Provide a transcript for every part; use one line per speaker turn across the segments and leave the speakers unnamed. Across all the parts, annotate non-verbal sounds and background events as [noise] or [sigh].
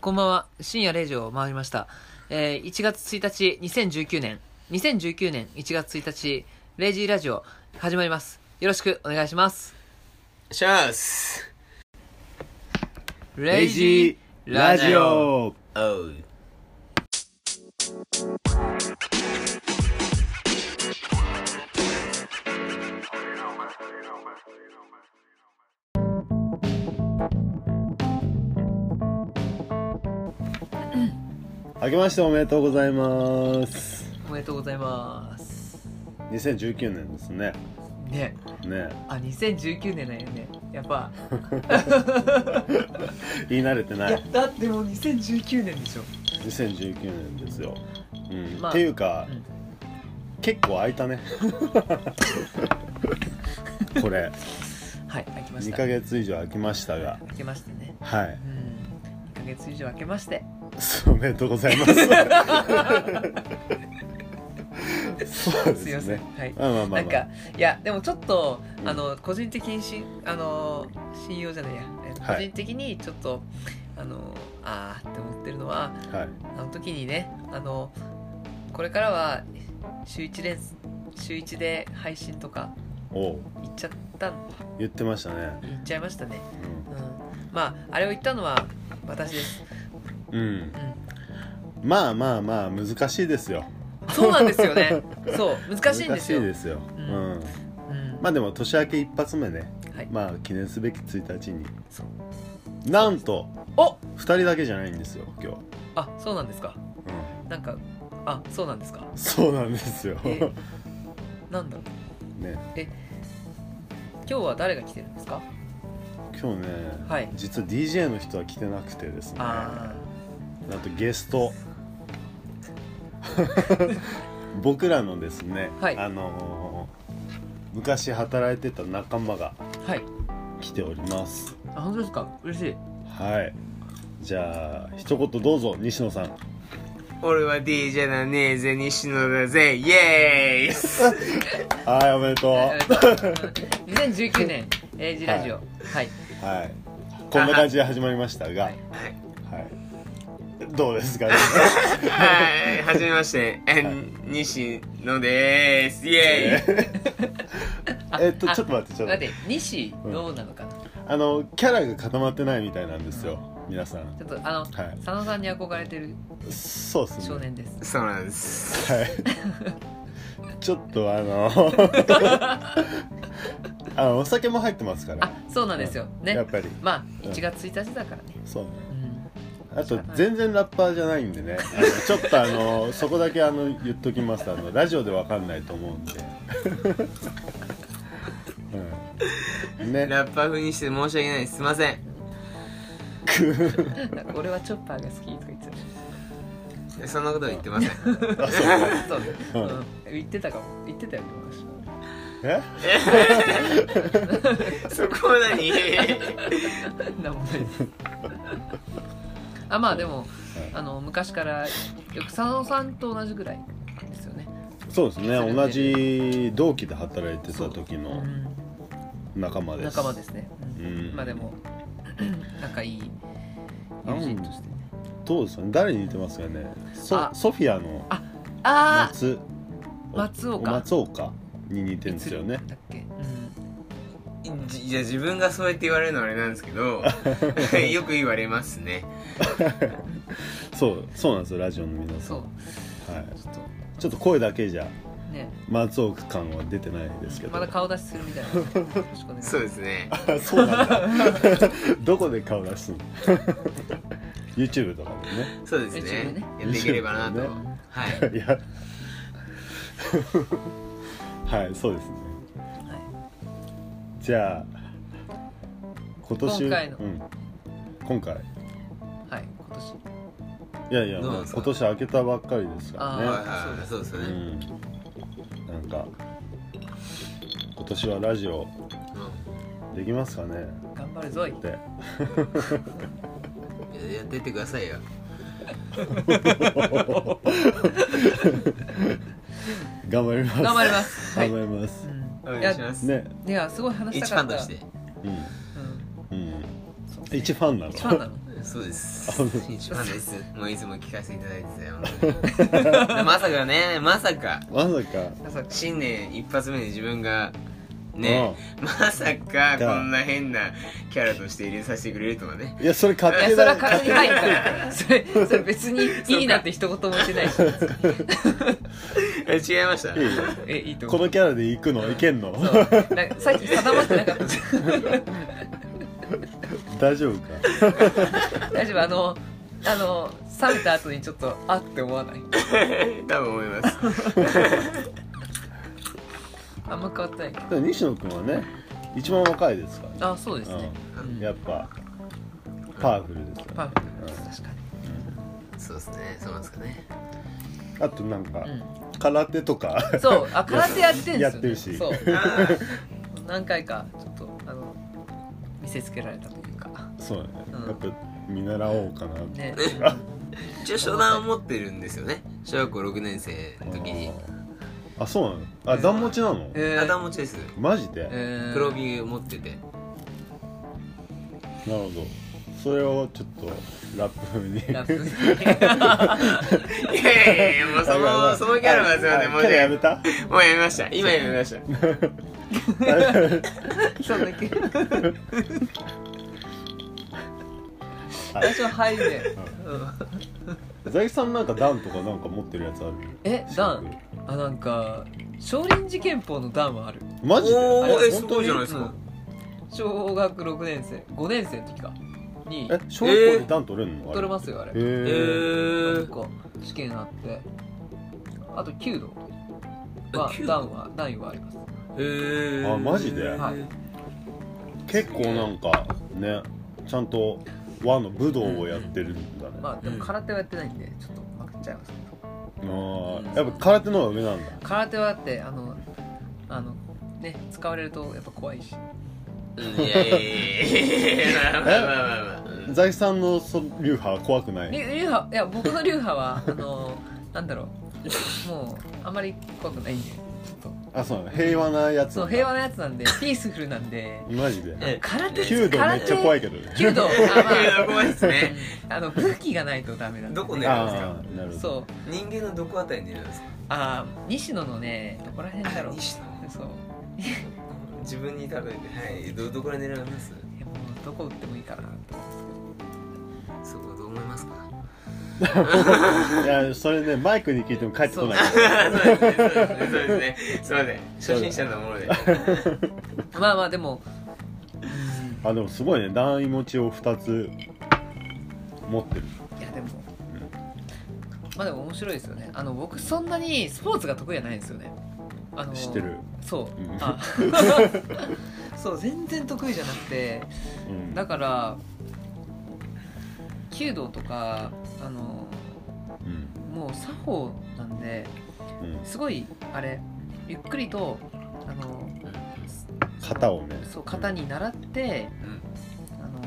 こんばんは。深夜0時を回りました。えー1月1日、2019年、2019年1月1日、0時ラジオ、始まります。よろしくお願いします。
シャース
0時ラジオ。
おう
明けましておめでとうございます
おめでとうございます。
2019年ですね
ね、
ね
あ、2019年だよね。やっ [laughs] ぱ、
言い慣れてない
や
い、
だってもう2019年でしょ。
2019年ですよ、うん
まあ
っていうか、
うん
結構空い
[laughs]
たねこれ
はい、開きまし
2
た。
ヶ月以上空きましたが
開けましてね。
はい
うん。2ヶ月以上開けまして。
そうおめでとうございます
[laughs]
そうですす
い
ね
ません。はい。
まあま
な
あまあ、
ん
ま
か
あ、
いやでもちょっと、
うん
あの個人的にしあの信用じゃないや、えっと
はい
個人的にちょっとあのあーって思ってるのは
はい
あの時にねあのこれからは週1連週一で配信とか
おう
行っちゃった
言ってましたね
行っちゃいましたね、うん、まああれを言ったのは私です、
うん、うん
う、ん、
まあまあまあ難しいですよ
そうなんですよ
[laughs]
ねそう難しいんですよ
難しいですよ、
う
うんん
うん
まあでも年明け一発目ね、
はい
まあ記念すべき1日に
そう
なんと
お
2人だけじゃないんですよ今日、
あそうなんですか
う
なんかあそうなんですか
ん、そうなんですよ、
えなんだろう
[laughs] ね
今日は誰が来てるんですか
今日ね、
はい
実は DJ の人は来てなくてですね
あ
なんとゲス
[laughs]
ト僕らのですね、
はい
あのー昔働いてた仲間が
あはい
来ております
あ本当ですか嬉しい
はいじゃあ一言どうぞ西野さん
俺は DJ だねえぜ西野だぜイエーイ
はいおめでとう
ありがとうございます2019年 A ジラジオはい
はい、こんな感じで始まりましたが、
は
はいい、どうです [laughs] か、ね、
はいはじめましてえ西野でーすイエーイ
あ
えっと
あ
ちょっと待ってちょっと
待っ
待って
て西どうなのかなち
あのキャラが固まってないみたいなんですよ皆さん
ょっとあの
はい
佐野さんに憧れてる
そうです
少
ね
年です
そうなんです
はい
[laughs]
ちょっとあのあのお酒も入ってますから
あそうなんですよ
や
ね
っぱり
まあ
うん
1月1日だからね
そう
うん
あと全然ラッパーじゃないんでねあのちょっと
[laughs]
あのそこだけあの言っときますあのラジオでわかんないと思うんで、うん、ね
ラッパー風にして申し訳ないですすいません
なんか俺はチョッパーが好きとか言っ
[laughs]
て
そんなことは言ってません
あそうか
たそうね
うん
うん言ってたかも言ってたよね
[laughs]
私
え
そこは何
なんもないですあまあでもあの昔からよく佐野さんと同じぐらいですよね、
そうです
それで
ね同じ同期で働いてた時
う
の
ん、
仲間です
仲間ですね、うん
うん
まあでも仲いい友人としてね
どうですかね誰に似てますかね
あ
ソソフィアの
ああ
松お
松岡
お松岡に似てるんですよね
だっけ、うん、
じじゃあ自分がそうやって言われるのはあれなんですけどよく言われますね
そうそうなんですよラジオの皆さん、
そ
は
う
い、
ちょっと
ちょっと声だけじゃ
ね
松岡感は出てないですけど
まだ顔出しするみたいなよろしくお願いし
そう
ます
ですね
[laughs] そうなんだ [laughs] どこで顔出すの [laughs] YouTube とか
そうです
一
ね
応ね
やっていければな [laughs] と、
一応
はい
でねい [laughs] やはいそうですね
は
じゃあ今年
今回の
うん、今回
い、はい、今年
いやいや
どうなん
もう
ですか
今年明けたばっかりですか
あ
ら
ー
ね
はいはいそうです
う
よね、
んなんか今年はラジオできますかね
頑張るぞい
って
うんやってってくださいよ
頑張ります
頑張りますはい
頑張ります、
う
お
ん、い
願
や
いします、
ね
いやすごい話し
一
た
フ
かっ
ァン
た
として
うん
うん
うん
そう
一ファンなの
一ファンなの
そうです。
あそうです
失礼し
な
ま
ん
す
です。もういつも聞かせていただいてたよ本当に。まさかね、まさか。
[laughs] まさか
まさか新年一発目で自分が、ね、まさかこんな変なキャラとして入れさせてくれるとはね。
いやそれ勝
いや
手
それ
だ
は勝手に入ったそれそれ別にいいなんて一言も言ってないし
え、違いました。
いいよ
えいいと
こ
思う
のキャラで行くのいけんの
そうなんかさっき定まってなかったじゃん
[laughs] 大丈夫か
大丈夫あのあの冷めた後にちょっとあって思わない
多分思います。
あんま変わってないけ
でも西野君はね一番若いですから、
どあそうですね、
う
うん
ん、やっぱパワフルですよね
パーフェクト確か
そうですね、そうなんですかね。。
あとなんか、
に、うん
空手とか
そう、あ空手やってんですよ、ね。
やってるし
そう
あ
何回かちょっとあの見せつけられたというか。
[laughs] そうだね、
うん
やっぱ見習おうかなって、
ね。
ー一応初段を持ってるんですよね。小学校6年生の時に。
あーあそうなのあ段持ちなの、
え
頭持ちです。
マジで、
えー
黒帯持ってて。
なるほどそれをちょっとラップ風に
ラップ。
いやいやいや、もうその、そのキャラはすいません、もう
もう
ね
キャラやめた
もうやめました。今やめました。
[laughs]
そうだっけ。 [laughs] 私は入るで。うん
財木さんなんか段とかなんか持ってるやつある
え、ダン。あ、なんか少林寺拳法のダンはある。
マジで
おー
あれ
えすごいじゃないですか
うん小学六年生、五年生の時かに
え小学校で段取れるの、
取れますすよあれ。
へ
え
ー
なん
ー。
か試験あってあと弓道は
弓道
段は段位はあります
えー。
あマジで
はい
結構なんかねちゃんと和の武道をやってるんだね、
まあで
うん
も空手はやってないんでちょっと負けちゃいますけど
あーやっぱ空手の方が上なんだ
空手はだってあのあのね使われるとやっぱ怖いし
うんいやいやいやいやまあまあまあまあうん
財木さんのそ流派は怖くない
り流派いや僕の流派はあの [laughs] なんだろうもうあんまり怖くないんでちょっ
あそうなの平和なや
と
つ
そ
なん
の
だ
平和なやつなんでピースフルなん
[laughs]
で
マジで
え
空手
弓道めっちゃ怖い
け
けどね
弓道あま
[laughs] いや
あ
怖いですね
あの武器がないとダメなんで
どこね
ああなるほど
そう
人間のどこあたりにいるんですか
あー西野のねどこら辺だろう
西野
そう
自分に多分はいどどこら狙います
いやもうどこ打ってもいいかなと
そこどう思いますか
いやそれねマイクに聞いても帰ってこない
そうですねそうですねすいません初心者なもので
まあまあでも
あでもすごいね段位持ちを2つ持ってる
いやでもまあでも面白いですよねあの僕そんなにスポーツが得意じゃないんですよねあの
知ってる
そう
うん [laughs]
あそう全然得意じゃなくて
うん
だから弓道とかあの
うん
もう作法なんで
うん
すごいあれゆっくりとあの
型をね
そう型に習って、
うん
あの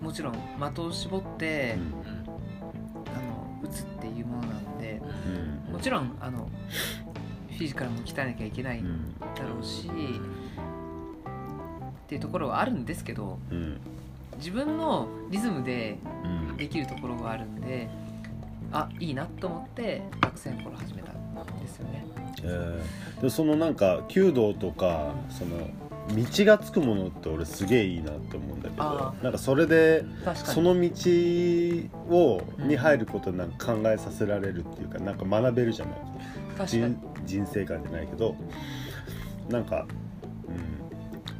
もちろん的を絞って、
うん
あの打つっていうものなんで
うん
もちろんあのフィジカルも鍛えなきゃいけない
うん
だろうし、っていうところはあるんですけど
うん
自分のリズムで
うん
できるところがあるんであいいなと思って学生の頃始めたんですよね。
えーでそのなんか弓道とかその道がつくものって俺すげえいいなって思うんだけど
あー
なんかそれで
確か
そ
に
の道をに入ることでなんか考えさせられるっていうかなんか学べるじゃない
確かに
人人生観じゃないけどなんか、うん、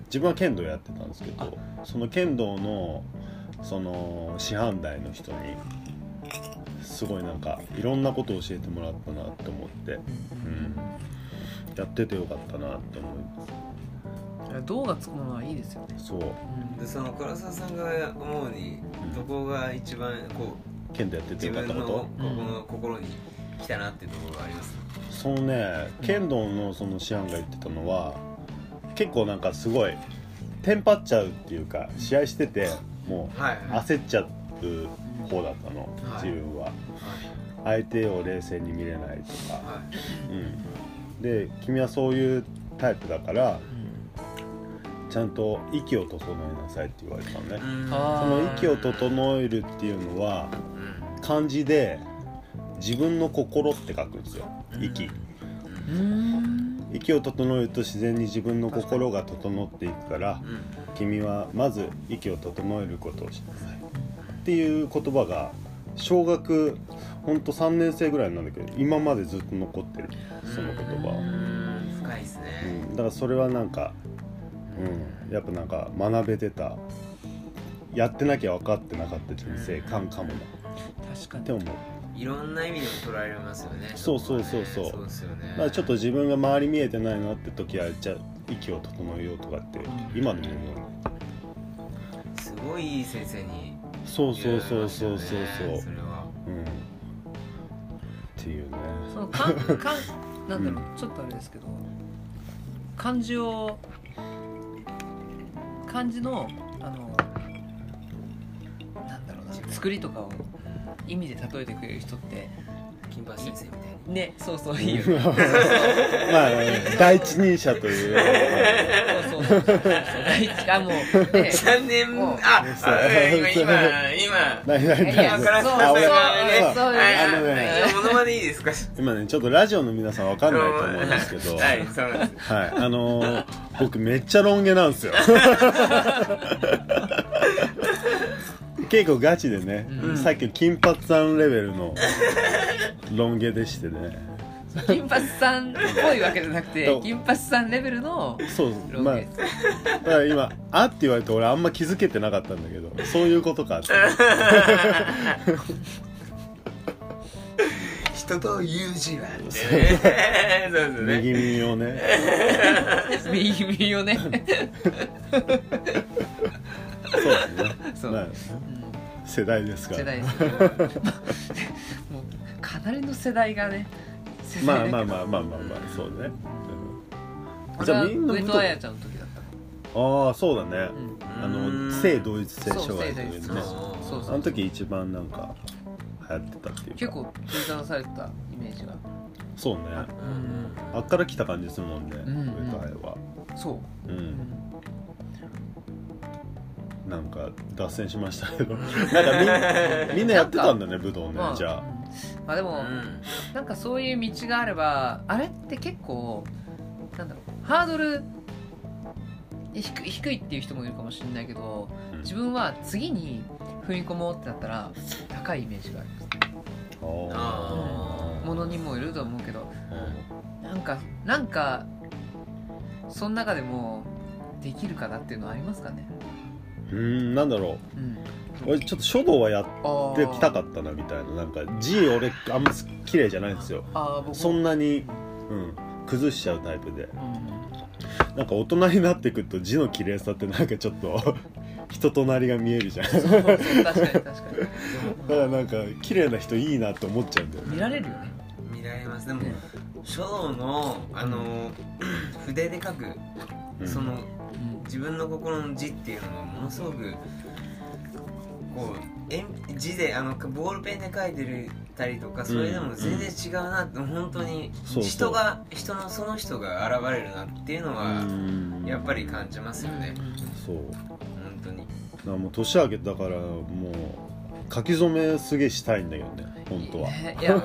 自分は剣道やってたんですけどその剣道のその師範代の人にすごいなんかいろんなことを教えてもらったなと思って
うん
やっててよかったなって思いま
だから銅がつくものはいいですよね。
すそう
うん
でその唐沢さんが思うにどこが一番こう
剣道やってて
自
よかっ
分
た
の
こ
ことこの心に来たなっていうところがあります
そのね剣道のその師範が言ってたのは結構なんかすごいテンパっちゃうっていうか試合してても
はいう
焦っちゃう方だったの
はい
自分は
は
相手を冷静に見れないと
い
か、
はい
うん、で君はそういうタイプだから
うん
ちゃんと息を整えなさいって言われたのね、
うん
あ
そ
ー
の息を整えるっていうのは
うん
漢字で自分の心って書くんですよ息
うーん
息を整えると自然に自分の心が整っていくから
うん
君はまず息を整えることをしなさいっていう言葉が小学ほんと3年生ぐらいなんだけど今までずっと残ってるその言葉は、
うん深いです
う
ね
ん、だからそれはなんか、うん、やっぱなんか学べてたやってなきゃ分かってなかった人生観かもな
確か
っ
に
て思う
いろんな意味でも捉えられますよね
そうそうそうそう
こはねそうですよね
だからちょっと自分が周り見えてないなって時はじゃあ息を整えようとかって今でも思う
すごいいい先生に
そう
言
そ
わ
う
れ
そう
ました
そ
よ
う
ね
そうそう、
それは
うんっていうね
そのかんかんなんだろう、ちょっとあれですけど漢字を漢字のあのなんだろうな作りとかを意味で例えてくれる人って
金八先生みたいな
ねそうそういいよ
[laughs] まあ第一人者という
そうそうそうそう第一あもうね
3年
も
も
う
あ
そう
今今
[laughs]
今
何何
いや
今
そう
から
そう
さんが
そう
ね
そう
はい
あのね
いやものまねいいですか
今ねちょっとラジオの皆さんわかんないと思うんですけど、
はいそうなんです
はい、あのー、僕めっちゃロン毛なんですよ結構ガチでね、
うん
さっきの金髪さんレベルのロン毛でしてね
金髪さんっぽいわけじゃなくて金髪さんレベルの
そう
ロ
まあ
ケ
だから今「あ」って言われて俺あんま気づけてなかったんだけどそういうことかって
人と友人はみたいなねそうですね
右耳をね
[laughs] 右耳をね、
そうですね
そう
まあ
うん
世代ですから
世代です
[laughs]
けどもうかなりの世代がね世
まあ
代だ
まあ
けど
まあまあまあまあそうね、うん、
俺は上
武
戸
藤
彩ちゃんの時だった
ああそうだね、
うん
あの性同一性障害というね
そう性同一性障そう
あの時一番なんか流行ってたっていうか
結構分断されてたイメージが
そうね
うん
あっから来た感じするもんね、
うんうん
上戸彩は、
そうう、うんん、
なんか脱線しました
[laughs]
けどなんかみんみんなやってたんだね武道ね
まあ
じゃあ
うんまあでも、
うん
なんかそういう道があればあれって結構なんだろうハードル低い低いっていう人もいるかもしれないけど
うん
自分は次に踏み込もうってなったら高いイメージがある
あー
ものにもいると思うけどなんかなんかその中でもできるかなっていうのはありますかね、
うんうんなんだろ
うん、
う俺ちょっと書道はやっ
あ
てきたかったなみたいななんか字俺あんま綺麗じゃないんですよ
あー僕
そん
な、
なに、うん、崩しちゃうタイプで
うん
なんか大人になってくると字の綺麗さってなんかちょっと [laughs] 人となりが見えるじゃんだか
そうそう確かに確かにで
ら
も
なんか綺麗な人いいなって思っちゃうんだよね
見られるよね
見られますでも
ね
書道のあの筆で書く
うん
その
うん
自分の心の字っていうのがものすごくこうえん字であのボールペンで書いてるたりとかそれでも全然違うなって、本当に
そうそう
人が人のその人が現れるなっていうのは
うん
やっぱり感じますよね
そうだか
本当に
らもう年明けだからもう書き初めすげえしたいんだけどね本当はい
いねい
[laughs]
や
あ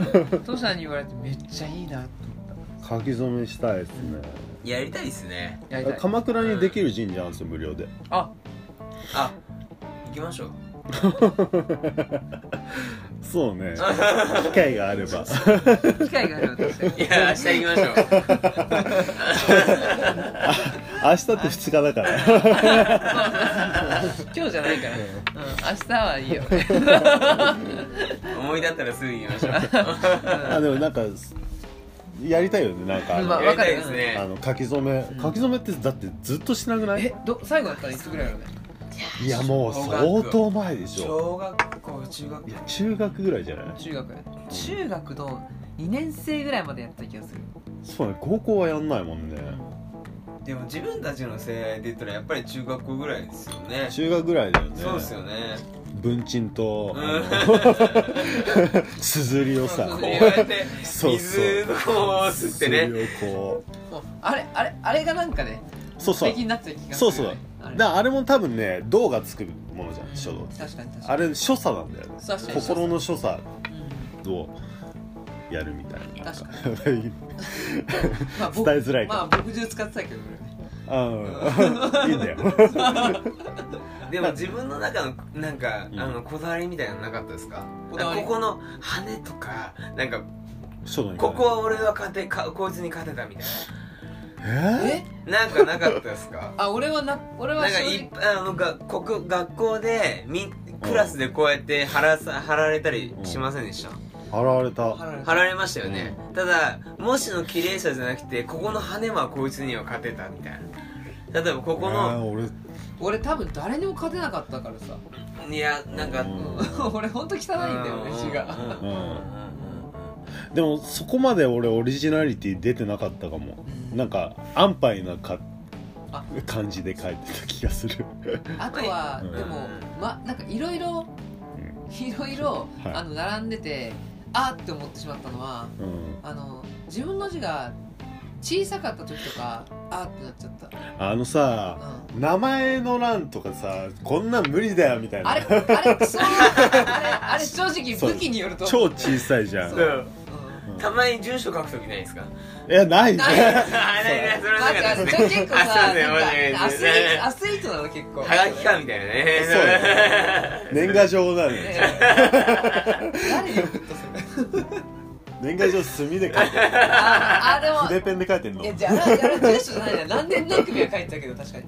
ー
父さんに言われてめっちゃいいなと思っ
書き初めしたいですね
やりたいですね
たやりたい
鎌倉にできる神社あるんですよ無料で
あ
あ行きましょう [laughs]
そうね
[laughs]
機会があれば
機会があれば確かに
いや明日行きましょう
明日って2日だから
今日じゃないから、うん、明日はいいよ
思い立ったらすぐ行きましょう
あでもなんかやりたいよねなん [laughs] かあの
まあ
やりたいですね
あの書き初め書き初めってだってずっとしなくない
えど最後だったらいつぐらいだろうね
いやもう相当前でしょ
小学校中学
いや中学ぐらいじゃない
中学中学の2年生ぐらいまでやった気がする
そうね高校はやんないもんね
でも自分たちの世代で言ったらやっぱり中学校ぐらいですよね
中学ぐらいだよね
そうっすよね
文鎮と
うん
[laughs] すずりを
[laughs]
さ
こ
こ
うやって
う
て
そうそう
水のこう吸ってね
硯をこ
そうあれあれあれがなんかね
そうそう
的になっちゃう気がする、ね、
そうそう
あれ
だからあれも多分ね銅がつくものじゃん書道って
確かに確かに
あれ所作なんだよね
そう確かに
心の所作
うん
をやるみたいな
確
なんか
まあ、
伝えづらいけ
ま
ど
あ僕中使ってたけどね
うんいいんだよ
でも自分の中のなんか、
うん
あのこだわりみたいなのなかったですか
こだわり
ここの羽とかなんか
書道に関
こ
して
こは俺は勝てかこいつに勝てたみたい
え
え
ななんかなかったです
[laughs]
か
あ俺はな俺
な
は
んか
正
い
直
あのが国学校でみクラスでこうやって貼らさ貼られたりしませんでした、
ー現れた
腹立つ
貼られましたよね、ただもしの綺麗さじゃなくてここの羽はこいつには勝てたみたいな例えばここ
えー
の
俺
俺多分誰にも勝てなかったからさ、 [laughs]
いやなんか、
う
うんん、俺ほんと汚いんだよね字が
うんうんうん
でもそこまで俺オリジナリティ出てなかったかも
うん
なんか安牌なか
あ
感じで書いてた気がする [laughs]
あとは、
うん
でもまなんかいろいろいろいろ
はい
あの並んでてあーって思ってしまったのは
うん
あの自分の字が小さかった時とかあーってなっちゃった、
あのさ
う
名前の欄とかさこんなん無理だよみたい
ん、
な
あれあれクソあれあれ正直
そう
武器によると
超
う、
小さいじゃん
そ
うんうん
ん
たまに住所書くときないですか
いやないね
ない
あないないそれはな
なん
かった
か
で
じ
す
ゃあ結
ね
構
あ
さ
すいません
なんかアスリ
申し
ー
訳ない
トアスリートなの結構
[laughs] はがきかみたいなね
[laughs] そうだ年賀状だね
ええ誰に送ったそれ
年賀状墨で書いてる
ああで
筆
も
ペンで書いてんの
いやじゃあやる住所じゃないな何年何組は書いてたけど確かに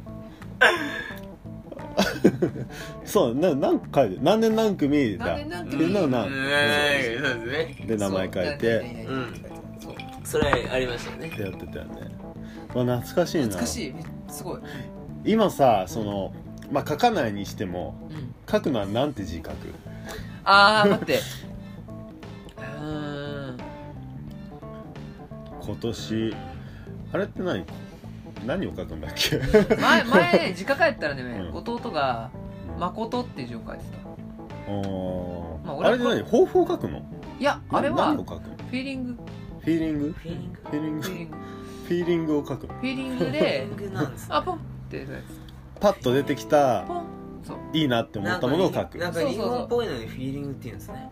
そうななんか書いてる何年何組だ
何年何
みんなのな
うんそうですね
で名前書いて
そううんそう
それありましたよね
ってやってたよね、まあ、懐かしいな
懐かしいめすごい
今さその、まあ、書かないにしても
うん
書くのはなんて字書く
あー待ってうーん
今年あれって何何を書くんだっけ
前前ね実家帰ったらね
うん
弟が「
[laughs]
誠」っていう字を書いてた
おー
まあ
あ、
俺は
れって何抱負を書くの
いやあれは
何を
フ
書くの
ィーリング
フィーリング
フ
フ
ィーリング
ィーリング
フィー
フ
リング
ィーリングを書くの
フィーリング
フィーリ
で
ングなんです
あポンってやつ
パッと出てきた
ポンそう
いいなって思ったものを書く
なんか日本っぽいのにフィーリングって言うんですね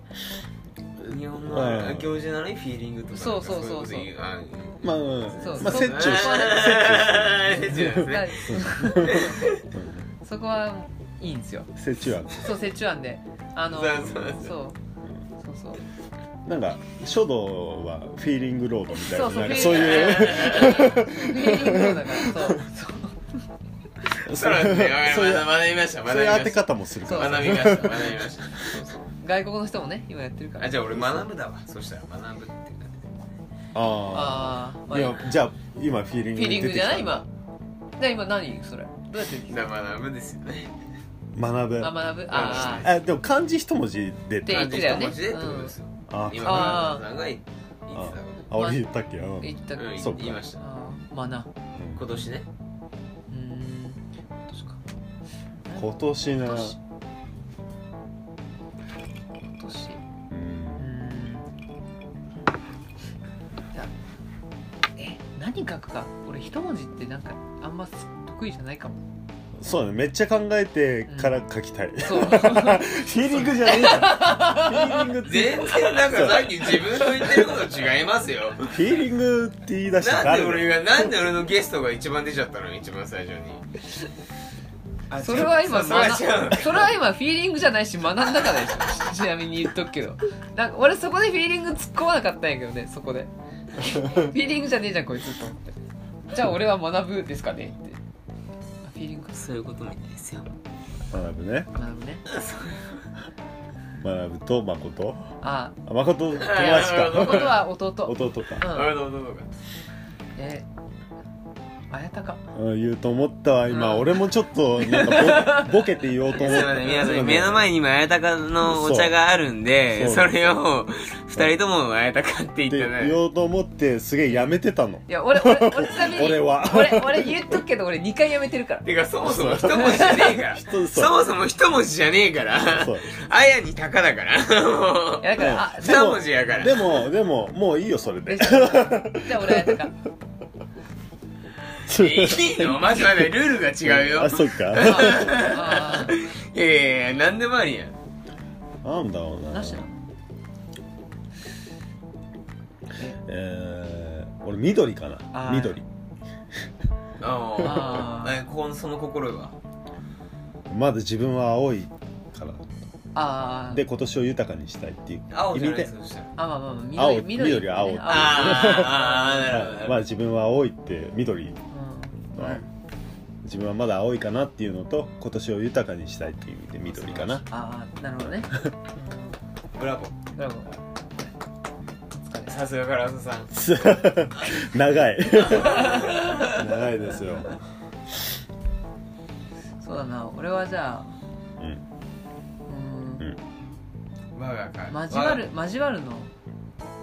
日本の教授なのにフィーリングとか
そうそうそうそう
いこと言あ
まあまあ
そう
まあ
そう
折衷し
あー
折衷して
折衷ですね
そこはいいんですよ
折衷は
そう折衷案であの
そうそう
そ
そう
うそうそう
なんか書道はフィーリングロードみたい
そ
な
うそう
なん
フ
か
ィー
そういう
フィーリングだからそう
そうですねわかりました
そういう
学びました
そう
学
い
び
う
ま
当て
した
方もするから
学びました学びました
外国の人もね今やってるから
あじゃあ俺学ぶだわそしたら学ぶっていう感
あ
あ
ーま
あ
あ
いやじゃあ今フィーリン
フ
グ
ィーリングじゃない
出てき
今じゃあ今何それどうやって
じだから学ぶですよね
た学ぶ
あ学ぶあー
あでも漢字一文字出
で
て
言ってたよね
漢字一文字でってことですよ
あ
今
あー
長い言ってたこ
あ俺言ったっけうん
言った
とうん
そうか
言いました
あーまあな
うん
今年ね
うーん今年か
今年
今
な
年今年うー
うん
んいやえ何書くか俺一文字ってなんかあんま得意じゃないかも
そうだねめっちゃ考えてから書きたいフ [laughs]
そう
[laughs]
ィーリングじゃねえじゃんフィーリングって
全然なんかさっき自分の言ってること違いますよ
フィーリングって言い出した
なんで
誰
俺
だ
がなんで俺のゲストが一番出ちゃったの一番最初に
それは今
それは
学
違うの
それは今フィーリングじゃないし学んだからでしょちなみに言っとくけどなんか俺そこでフィーリング突っ込まなかったんやけどねそこでフィーリングじゃねえじゃんこいつと思ってじゃあ俺は学ぶですかねってあフィーリング
そういうことみたいですよ
学ぶね
学ぶね
学ぶと誠
あ
あ誠友達
あ
か
ことは弟
弟か
うん
俺のどうか
えあやたか
うん言うと思ったわ今
うん
俺もちょっとなんか
[laughs]
ボボケて言おうと
す
思
い
っ
ま
た
せん皆さん目の前に今綾鷹のお茶があるんで
そう
それを二人とも綾鷹って言っ
って
て
言
ね
おうと思ってすげえやめてたの
いや俺俺俺ちなみに
[laughs] 俺は
俺俺言っとくけど俺2回やめてるから
てかそもそも一文字じゃねえ [laughs] から
人そう
そもそも一文字じゃねえから [laughs]
そう
綾に鷹だからもう
いやだからあ
二文字やから
でもでももういいよそれ
で
で
じゃあ俺あやたか
えいいのまずまだルールが違う [laughs] よ
あそっか
あ
いやいやいや何でもありやん
なんだろう
あ
な
なしなの
えー、俺緑か
あ
な
ー
緑
あ
あー
あこのその心は
まだ自分は青いから
ああ
で今年を豊かにしたいっていう
青
意
じゃ
味
ない
で
そしたら
あまあまあまあ緑
青
緑
緑は青
ね
あーあーなるほどなるほ
はい
ど
まあ自分は青いって緑
うん
は自分はまだ青いかなっていうのと今年を豊かにしたいっていう意味で緑かな
ああなるほどね [laughs]
ブラボー
ドラゴン
さすがからあささん
長 [laughs] い長いですよ、
そうだな俺はじゃあ
うん、
うーん
我が会
交わる交わるの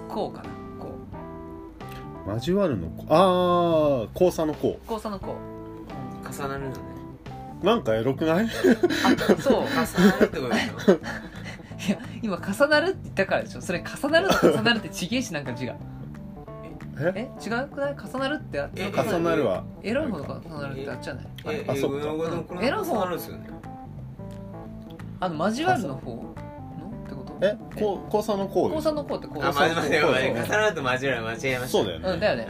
こうかなこう
交わるのああ交差の交
こうさのこ
重なるのね
なんかエロくない
うそう
重なるってことでしょ
いや今重なるって言ったからでしょそれ重なると重なるってちげえしなんか違う
え
え違くない重なるってあ
え
重なるは
エロいほど重なるってあっちゃないあ
え
れ
[laughs] あ
英
そっ
語
か
の語でもこれ
エロ
重
本
なるんですよね
あの交わるの方のってこと
えこう交差の交
高三のこうってこう
あ待て待て
そうそう
待て重なると間違えま間違えました
そうだよね、
うんだよ
[laughs]
ね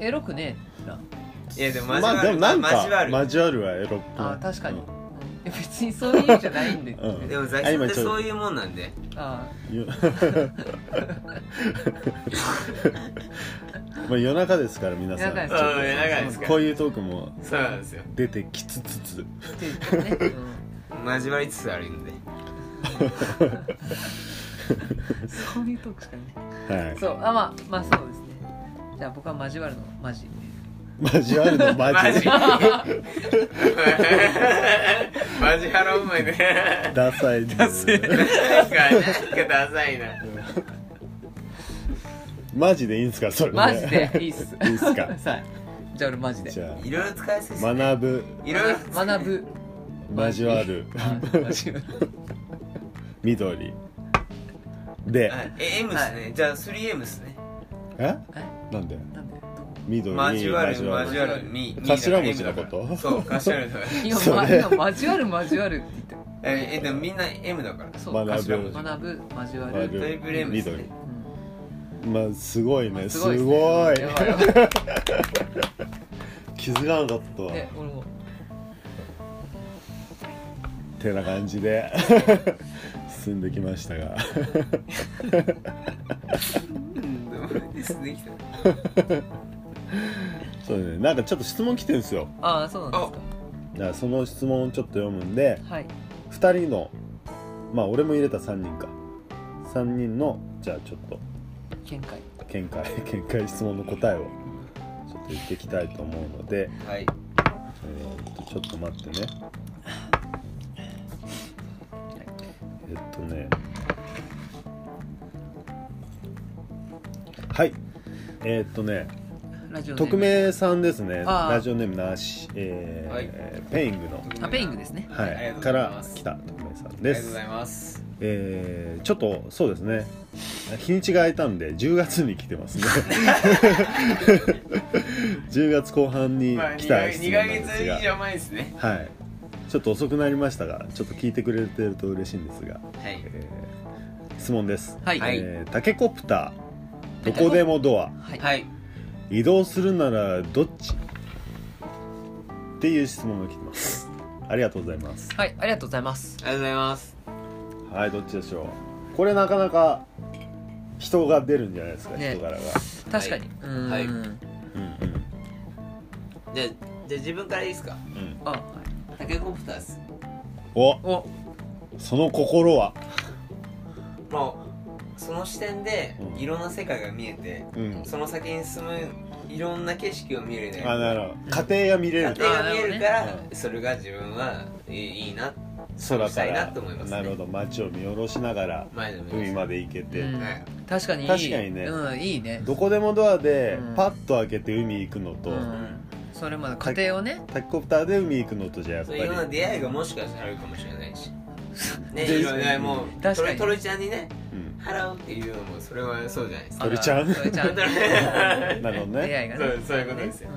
エロくねえない
やでも
まあでもなんか
交わる
交わるはエロっぽい
あ確かに、
う
うんんいや別にそういう意味じゃないんで、
うん
でもザキ
あ
さんっ
今
て
ちょっと
そういうもんなんで
あ
いや [laughs] まあ夜中ですから皆さん
夜中です
ちょっと
うん夜中ですから
こういうトークも
そうなんですよ
出てきつつつ
あっていうことね、う
交わりつつあるんで
ん、 [laughs] そういうトークしかない
はい
そうあまあまあそうですねじゃあ僕は交わるのマジ
交わるのマジ
マジハロうまいね
ダサいです
なんかなんかダサいな
マジでいいんすかそれね
マジでいいっす
いいっすか
[laughs] さあじゃあ俺マジで
じゃ
いろいろ使いすぎ
あ学ぶ
いろいろ
学ぶ
交わる
あ交わる
緑で、
はいえ M ですねじゃあ 3M ですね
え
え
なんで
なんでどこ
緑に
交わる
交
交
わ
わ
る
るに
頭文字のこと
そう頭文字だから
今
そ
ま
れ
今交わる交わるって言っ
ええでもみんな M だから
たそう
学ぶ
学ぶ交わ
交わ
る、
る
トリプル M ですね
緑
うん
まあすごい
まあ
ねす
す
ご
ごいっ
い
すねやばいやばい
気づかなかったわ
ね俺も
てな感じで
[laughs]
進んできましたが
うんでもですできた
そうねなんかちょっと質問来てるんですよ
ああそうなんで
だからその質問をちょっと読むんです
かはい
2人のまあ俺も入れた3人か3人のじゃあちょっと
見解
見解 [laughs] 見解質問の答えをちょっと言っていきたいと思うので、
はい
えーっとちょっと待ってねえっとねはいえーっとね
ラジオネーム
匿名さんですね
あー
ラジオネームなし、えー
はい
ペイングの、
あペイングですね
は
ありが
い、
とうござ
か
い
ら
ます
来た匿名さん
あり
で
がとうご
す
ざいます
えーちょっとそうですね日にちが空いたんで10月に来てますね [laughs] 10月後半に
まあ2
来
ヶ
た質問
2
な
ヶ
んで
月
す
以
が、
上前ですね
はい、ちょっと遅くなりましたがちょっと聞いてくれてると嬉しいんですが、
はい
えー質問です、
はい
はい
えータケコプターどこでもドア
はい
はい
移動するならどっちっていう質問が来てますありがとうございます
はいありがとうございます
ありがとうございます
はいどっちでしょうこれなかなか人が出るんじゃないですか、
ね
人柄が
確かにうーん
はい
うん
じゃあじゃあ自分からいいですか
うんうん
あはい
タケコプターです
お
お
その心は
もうその視点で
うん
いろんな世界が見えて、
うん
その先に進むいろんな景色を見るね
あなるほど家庭が見れ
家
る
庭が見えるから、
なるほどね
それが自分はいいいいな
空
し
か
たいな
ら
と思いますね
なるほど街を見下ろしながら
前の
海まで行けて、
うん
はい
確かにいい
確かにね
うんいいね
どこでもドアで
うん
パッと開けて海行くのと、
うんそれまで家庭をね
タケコプターで海行くのとじゃやっ
そ
ぱ
う
り
いうような出会いがもしかしたらあるかもしれな
[laughs]
いしね
で
いろいろもう
確かに
トロトロちゃんにね
うん
払うっていうのもそれは [laughs] そうじゃないですか
あ鳥ちゃん
鳥ちゃん
鳥ちゃん
なるほど
[laughs] 出
ね
会いが
そう
ね
そういうことです
う
よ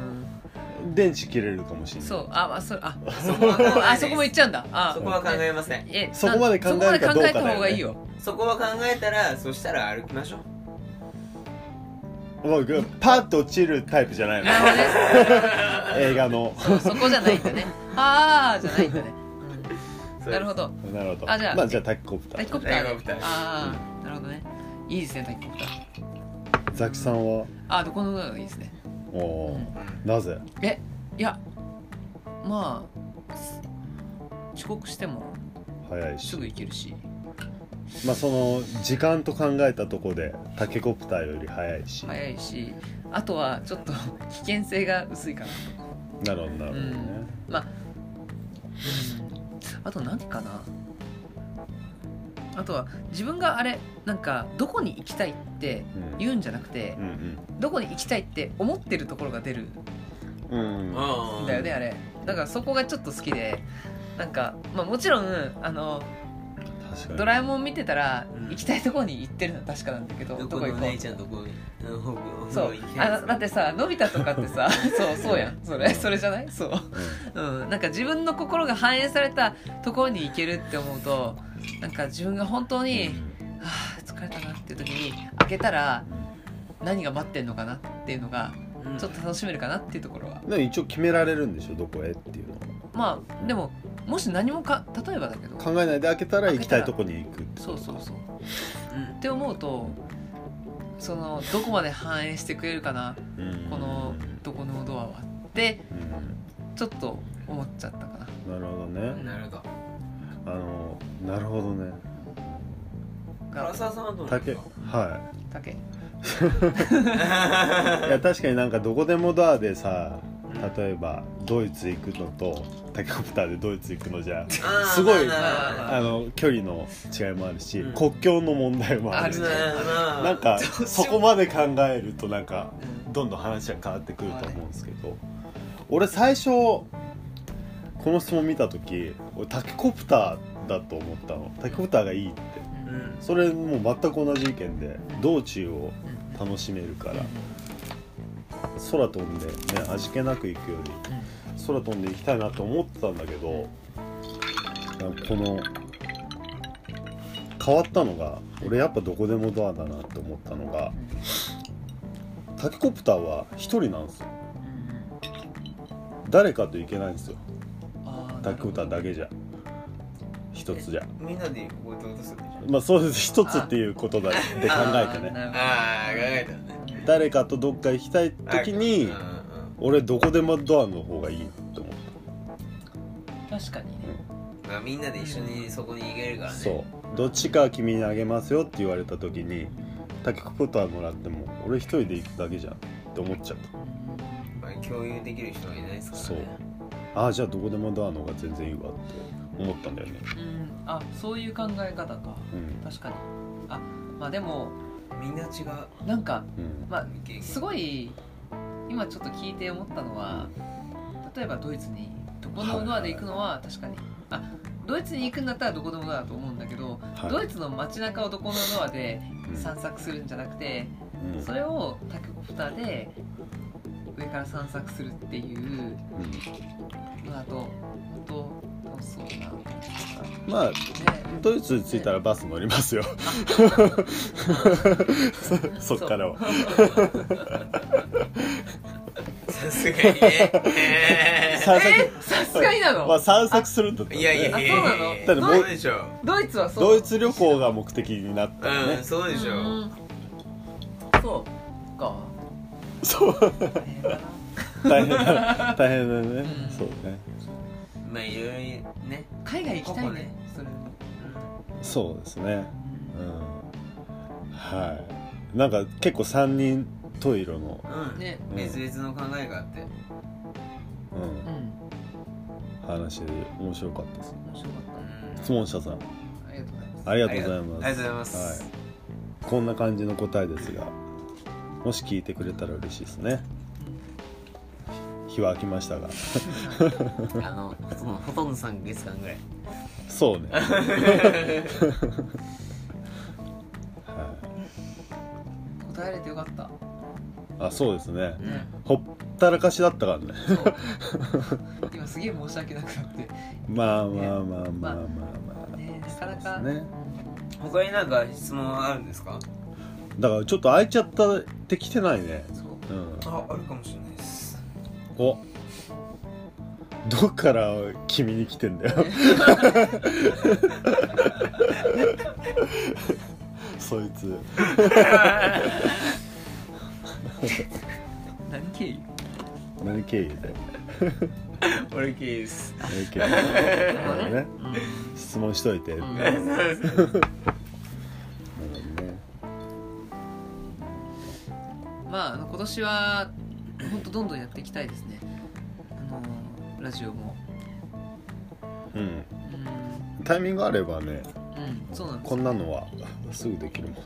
ん
電池切れるかもしれない
そうあ、まあ、そあ
そこは考えないです
あそこも行っちゃうんだあ
そこは考えません
え
そこまで考えるか
なんそこまで考え
どうかだよね
た方がいいよ
そこは考えたらそしたら歩きましょう
僕パッと落ちるタイプじ
[laughs]
ゃないの
なるほどね
映画の
[laughs] そうそこじゃないんだねああじゃないんだね
そう
なるほど
なるほど
あじゃあ
まあじゃあタキコプタ
タキコ
ー
プター
タキコプター
ねああなるほどねいいですねタキコプター
ザキさんは
あどこのがいいですね
おお
う
ーなぜ
えいやまあす遅刻しても
早い
す
し
ぐ行けるし
まあその時間と考えたとこでタケコプターより早いし、
早いしあとはちょっと危険性が薄いかな
なるほどなるほどね、
まああと何かなあとは自分があれなんかどこに行きたいって
うん
言うんじゃなくて
うん
どこに行きたいって思ってるところが出るん
うんうんうん
あ
だよねあれだからそこがちょっと好きでなんか、まあ、もちろんあの
確かに
ドラえもん見てたら
うん
行きたいところに行ってるのは確かなんだけど、
ど
ど
こ
こ
の
行
お
こ
姉
う
ちゃんどこの方向
そう
行きたい
あ
です
の
か
だってさのび太とかってさそうそうやんそれそれじゃないそううん、なんか自分の心が反映されたところに行けるって思うとなんか自分が本当
うん
に、はあ疲れたなっていう時に開けたら何が待ってんのかなっていうのが
うん
ちょっと楽しめるかなっていうところは、
でも一応決められるんでしょどこへっていうのは
まあでももし何もか例えばだけど
考えないで開けたら行きたいとこに行くって
そうそうそう
うん
って思うとそのどこまで反映してくれるかな
うん
このどこのドアはって
うん
ちょっと思っちゃったかな
なるほどね
なるほど
あのなるほどね
唐
が
沢さんはどうなん
タ
で
ケ
すか
は
だけ
いいや確かになんかどこでもドアでさ
うん
例えばドイツ行くのとタケコプターでドイツ行くのじゃ
あー
すごい
まあまあまあ
あの距離の違いもあるし、
うん
国境の問題もあるし
あ
ま
る
あま
[laughs]
あ
なん
[laughs]
ど
か
うしよう
そこまで考えるとなんか
うん
どんどん話が変わってくると思うんですけど俺最初この質問見た時俺タケコプターだと思ったのタケコプターがいいって
うん
それもう全く同じ意見で道中を楽しめるから空飛んでね味気なく行くより空飛んで行きたいなと思ってたんだけどなんかこの変わったのが俺やっぱどこでもドアだなって思ったのがタケコプターは1人なんですよ誰かと行けないんですよタケコプターだけじゃ一つじゃ
みんなで行こうってことするんでしょ
まあそうです一つっていうことだって考えてね
ああ考えたのね
誰かとどっか行きたい時に
うんうん
俺どこでもドアの方がいいと思っ
確かにね
まあみんなで一緒にそこに行けるか
た
らね
そうどっちか君にあげますよって言われた時にタケコプターもらっても俺一人で行くだけじゃんって思っちゃっ
まあ共有できる人はいないですからね
そうたああじゃあどこでもドアの方が全然いいわって思ったんだよね
うんあそういう考え方か
うん
確かにあまあでも
みんな違う
なんか
うん
まあ
経験
すごい今ちょっと聞いて思ったのは例えばドイツにどこのドアで行くのは確かにあドイツに行くんだったらどこでもドアだと思うんだけど、
はい
ドイツの街中をどこのドアで
うん
散策するんじゃなくて、
うん
それをタケコプターで上から散策するっていう
う
のだと本当楽しそうだなと思って
んまあ
たね
ドイツ着いたらバス乗りますよ [laughs] そそっからは
さすがにね
散策
えさすがになの、
まあ散策するんだったら
いやいやいやいやいや
あそうなの
そうでしょ
ドイツはそう
ドイツ旅行が目的になったら
うん
ね
そうでし
う
ょ
んそうか
そう
大変だな
大変だ大変だね、
うん
そうね
まあいろいろね
海外行きたい
ここ
ね
ね
それも
そうですねうんはいなんか結構3人トイレの、
うん
ね
うん
別々の考えがあって
うん
うん
話で面白かったです
面白かっ
質問者さん
たありがとうございます
ありがとうございま
あり
す
がとうございます
はい、こんな感じの答えですがもし聞いてくれたら嬉しいですね日は明けましたが
あのほとんどほとんど3ヶ月間ぐらい
そうね。はい [laughs]
答えれてよかった
あ、そうですね
う。ん
ほったらかしだったからね
今すげえ申し訳なくなって
まあまあまあまあまあまあ、
ねなかな
そ
か
うですね
他になんか質問あるんですか
だからちょっと空いちゃったって来てないね
そう
うん
ああるかもしれないです
おどっから君に来てんだよ [laughs] そいつ
何経由
何経由で
俺系です
何
[laughs]
経由でなるほどね
う
質問しといて、
ん
な
う
る
ん
ほどね
まああの今年は本当どんどんやっていきたいですねあのラジオも
うん
うん
タイミングあればね
うんそうなんです
こ
よ
んなのはすぐできるもんね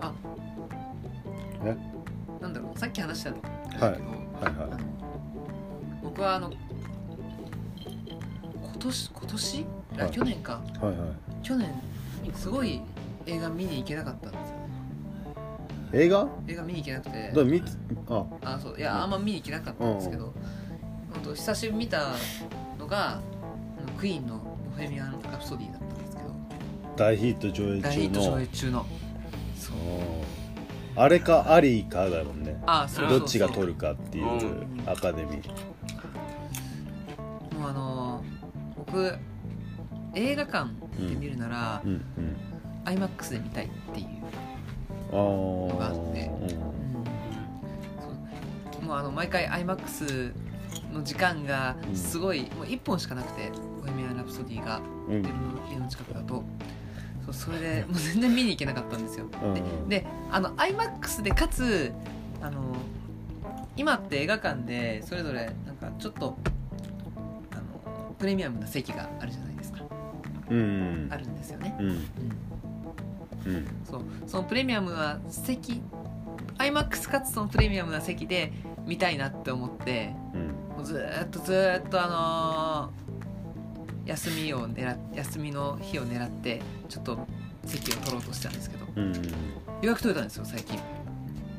あ
ね
なんだろうさっき話したんだけど、
はいはいはい
あの僕はあの今年今年、あ
はい
去年か
はいはい
去年すごい映画見に行けなかったんですよ
映画
映画見に行けなくて
だから見つあ
あそういやあんま見に行けなかったんですけど、本当久しぶりに見たのがあのクイーンの「ボヘミアン・ラプソディ」だったんですけど
大ヒット上映
大ヒッ
中
ト上
の
映中のそう
うんあれかアリーかだもんね
あそうそうそう
どっちが取るかっていう
うん
アカデミー
もうあのー僕映画館で見るなら、
うん
IMAX で見たいっていう、
うん
があ
ああ
ってそうもうあの毎回 IMAX の時間が
うん
すごい、もう1本しかなくて「ボヘミアン・ラプソディ」が
うんう
家
ん
の家の近くだとそうそれでもう全然見に行けなかったんですよ
うん
であの IMAX でかつあの今って映画館でそれぞれなんかちょっとあのプレミアムな席があるじゃないですか
うん
あるんですよね、
うん
うん、
うん
そうそのプレミアムな席 IMAX かつそのプレミアムな席で見たいなって思って
うん
もうずーっとずーっとあのー休みを狙っ休みの日を狙ってちょっと席を取ろうとしたんですけど
うん
予約取れたんですよ最近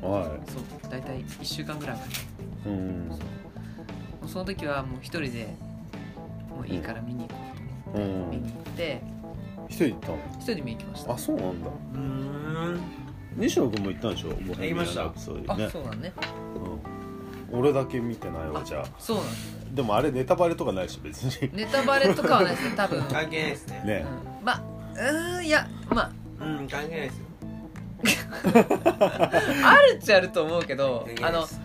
は
そう大体1週間ぐらい前
いうん
もうその時はもう一人でもういいから見に行こうと思って
う
見
ん
に行って
一人で行ったの
一人で見に行きました
あそうなんだ
うーん
西野君も行ったんでしょボヘミアン
行きました
ラプソディ
あ
ね
そうだね
うん俺だけ見てないわじゃあ
そうなんだ
でもあれネタバレとかないし別
[laughs]
に
ネタバレとかはないですね多分
関係ないですね
ね
うんまあうーんいやま
うん関係ないですよ
ああるっちゃあると思うけど
関係な
あ
いで
の
す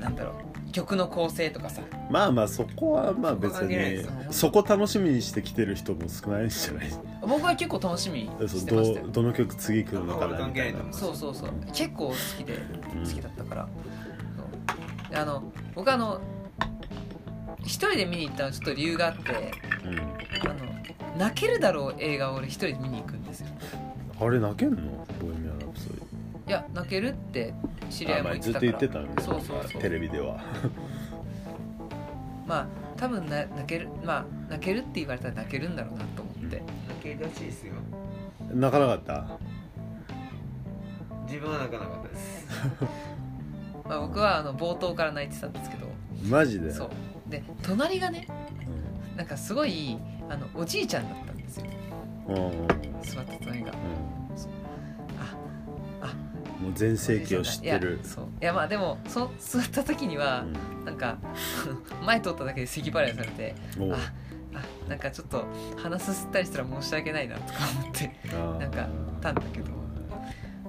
なんだろう曲の構成とかさ
まあまあそこはまあ別
そこは関係ないで
に
す
よ
そこ楽しみにして来てる人も少ないんじ
[laughs]
ゃない
僕は結構楽しみに
そ
し
う
てました
ど
よ
うどの曲次来るのかなみたいな
あまあ
そうそうそう結構好きで好きだったから、そうであの僕あの一人で見に行ったのはちょっと理由があって
うんうん
あの泣けるだろう映画を俺一人で見に行くんですよ
あれ泣けんのボヘミアン・ラプソディ
いや泣けるって知り合い
あ
も
まあ
言って
ずった
か
と言っ
ら
てたんで
そうそうそう
テレビでは
まあ多分な泣けるまあ泣けるって言われたら泣けるんだろうなと思って
関係らしいですよ
泣かなかった
自分は泣かなかったです
まあ、僕はあの冒頭から泣いてたんですけど、
マジで
そうで隣がね
う
なんかすごいあのおじいちゃんだったんですよ
んうんうんうん
座った隣がああ
もう全盛期を知って
い
る
やそういやまあでもそ座った時には、なんか [laughs] 前通っただけで咳払いされて
うんおう
ああなんかちょっと鼻すすったりしたら申し訳ないなとか思って
あー
なんかたんだけど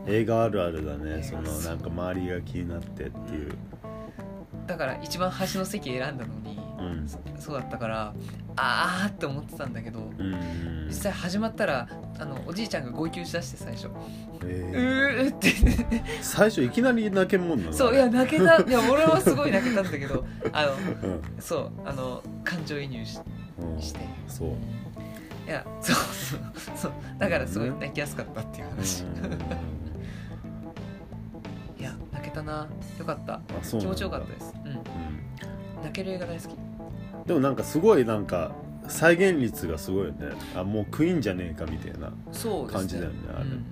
映画あるあるだねその
そう
なんか周りが気になってっていう
だから一番端の席選んだのに、
うん
そそうだったからあーって思ってたんだけど、
うんうん
実際始まったらあのおじいちゃんが号泣しだして最初「う
え
ー」って
ー最初いきなり泣けんもんなの
[laughs] そういや泣けたいや俺はすごい泣けたんだけどあの
うん
そうあの感情移入し
うん
して
そう
[laughs] うんいやそうそうそうだからすごい泣きやすかったっていう話、
うん
いや泣けたなよかった
あそうなん
気持
だ
ちよかったです、うん、
う
泣ける映画大好き
んでもなんかすごいなんか再現率がすごいよねあもうクイーンじゃねえかみたいな
そうですね
感じだよねあれ
うん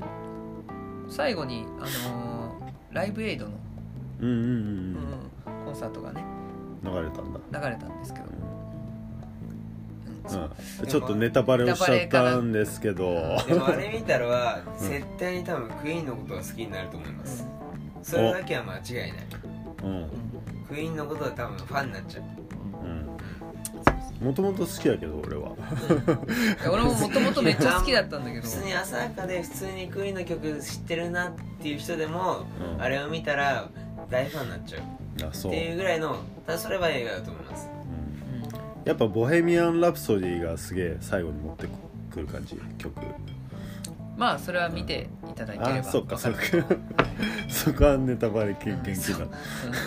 最後にあのーライブエイドの、
うんうんうん
うんコンサートがね
うん流れたんだ、
流れたんですけど、うんそう
うん、ちょっとネタバレをしちゃったんですけど
ネタバレ
でもあれ見たらは
うん
絶対に多分クイーンのことが好きになると思いますそれだけは間違いない
うん
クイーンのことは多分ファンになっちゃう
うんもともと好きだけど俺
[laughs]
は
いや俺ももともとめっちゃ好きだったんだけど
普通に浅はかで普通にクイーンの曲知ってるなっていう人でも、
うん
あれを見たら大ファンになっちゃう
あそ
っ
う、
ていうぐらいのただそれは映画だと思います
うん
うん
やっぱ「ボヘミアン・ラプソディ」がすげえ最後に持ってくる感じ曲
まあそれは見ていただければ
あそっかそっか [laughs]
わる
そこはネタバレ経
うん
験気だ
ち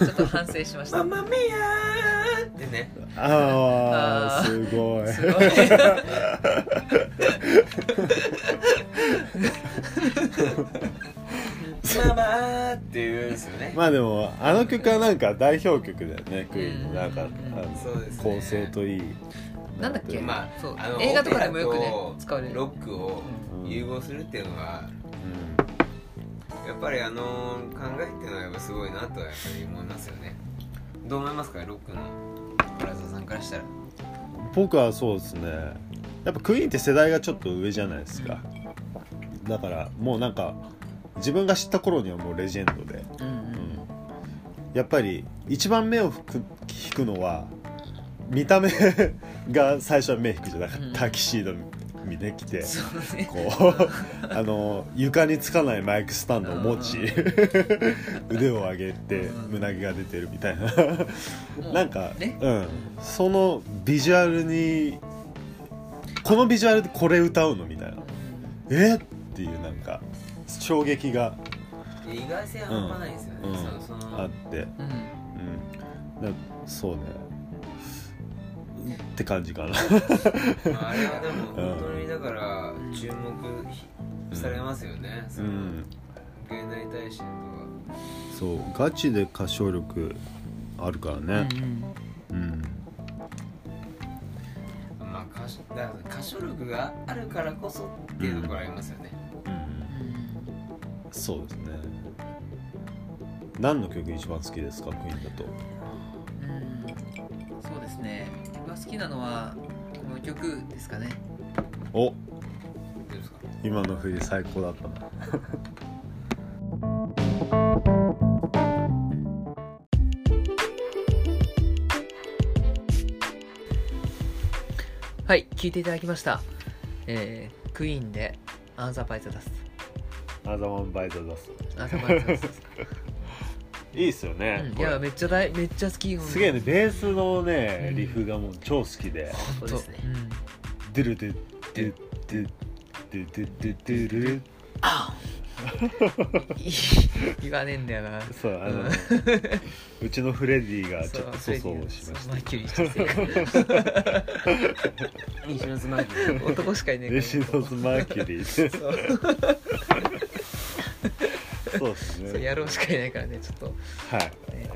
ょっと反省しまし
[laughs]
マ
た
マミアーってね
あ
あ
あ
ー
すごい
すごい
ママーっていうんですよね、
まあでもあの曲はなんか代表曲だよねクイーンのなんかあ
うん
の
そうですね
構成といい
なんだっけ、
うん
ま
そう
あの
映画とかでもよくね
オペラと
使われる
ロックを
うん
融合するっていうのはやっぱりあの考えっていうのはやっぱすごいなとはやっぱり思いますよねどう思いますかロックのブラザーさんからしたら
僕はそうですねやっぱクイーンって世代がちょっと上じゃないですかだからもうなんか自分が知った頃にはもうレジェンドで
うんうん
うんやっぱり一番目を引く引くのは見た目 [laughs] が最初は目引くじゃなかった、
うん
タキシード見てきて
そうね
こうあの床につかないマイクスタンドを持ち [laughs] 腕を上げて
うん
胸毛が出てるみたいな
もう
なんか、
ね
うん、そのビジュアルにこのビジュアルでこれ歌うのみたいなえっていうなんか衝撃が
意外性半端ないですよね、
うん
そのその
あって。
うん
うん、なそうねって感じかな
まああれはでも本当にだから注目ひされますよね、
う
その
ん
芸大大使とか
そうガチで歌唱力あるからね
うん
うん、
まあ歌手だから歌唱力があるからこそっていうところありますよね、
うん、
うん
そうですね何の曲一番好きですかクイーンだと
うんそうですね僕が好きなのはこの曲ですかね
お
どうですか
今の冬最高だったな
はい聞いていただきましたえー、クイーンでアンサーバイザダス
アザワンバイザザス
アンサーバイザダ
[laughs]
ス、
いいっすよね、
うん、い
これ
やめっちゃ大めっちゃ好き
すげえねベースのね
うん
リフがもう超好きで、
本当
そうですね
うん
ドゥルドゥドゥドゥドゥドゥドゥドゥルル
いい言わねえんだよな
そう [laughs] あの、
う
うんちのフレディがちょっと
そ
粗
う
相をしまし
マイケルにして
西野妻
る男しかいね
た
えか
レ
ら
シ
[laughs]
ノス・マーキュリー
そう
そうです
そう
ね
やろうしかいないからねちょっと、ね
は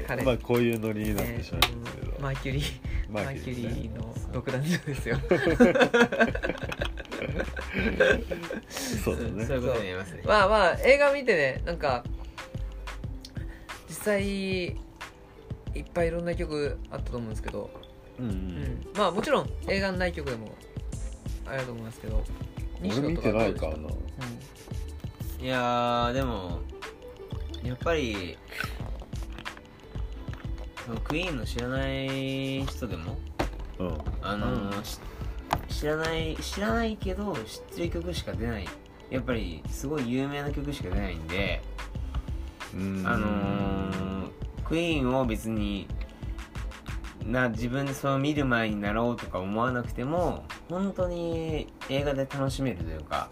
彼
いまあこういうノリになってしまうんですけど、
マーキュリーマ
マ
ー
ー
キ
キュ
ュ
リ
リ
ーです
ーの
ね
独壇場ですよ [laughs]
そうですね
そういうことになりますね
まあまあ映画見てねなんか実際いっぱいいろんな曲あったと思うんですけど、
うんう
うん
ん
まあもちろん映画のない曲でもあれだと思いますけど
俺見てないからな、
いやーでもやっぱりそのクイーンの知らない人でも
うん、
あのーし知らない知らないけど知ってる曲しか出ないやっぱりすごい有名な曲しか出ないんで、
うん
あのー、クイーンを別にな自分でその見る前になろうとか思わなくても本当に映画で楽しめるというか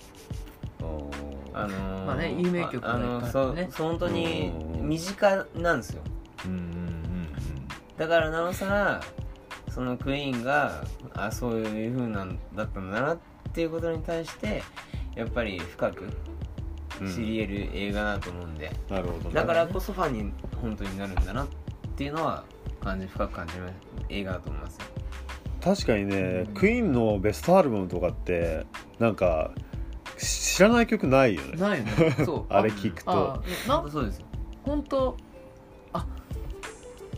あのー
まあね有名曲がいっぱいあるね
あのそうそう本当に身近なんですよ
うんうん
だからなおさらそのクイーンがあそういう風なんだったんだなっていうことに対してやっぱり深く
うんうん
知り得る映画だと思うんで、
なるほどね
だからこそファンに本当になるんだなっていうのは感じ深く感じる映画だと思いますよ
確かにねクイーンのベストアルバムとかってなんか知らない曲ないよ
うん [laughs]
ね
ないよねそう
あれ聞くと
あな
本当そうですよ
本当あ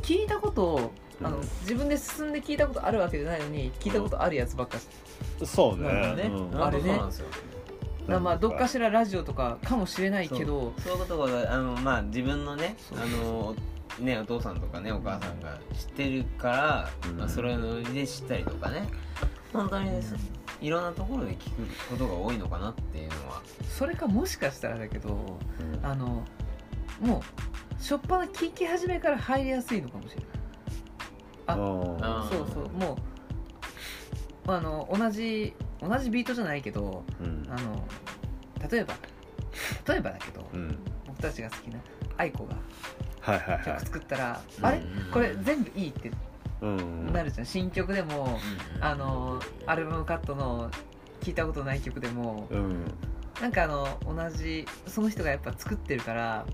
聞いたことをあの
うん
自分で進んで聞いたことあるわけじゃないのに聞いたことあるやつばっかし
そうね
なんかね
うん
あれね
そうなんですよ
だからまあどっかしらラジオとかかもしれないけど
そういうことがあのまあ自分のね
そう
あのねお父さんとかねお母さんが知ってるから、
うん
まあ、それのりで知ったりとかね本当にねそいろんなところで聞くことが多いのかなっていうのは
それかもしかしたらだけど
うん
あのもう初っ端聞き始めから入りやすいのかもしれないあ
うん
あー
そうそうもうあの同じ同じビートじゃないけど
うん
あの例えば [laughs] 例えばだけど
うん
僕たちが好きな愛子が
はいはいは
曲
い
作ったら、あれ
うん
これ全部いいって
うん
なるじゃん新曲でもあのアルバムカットの聞いたことない曲でも
うんうん
なんかあの同じその人がやっぱ作ってるから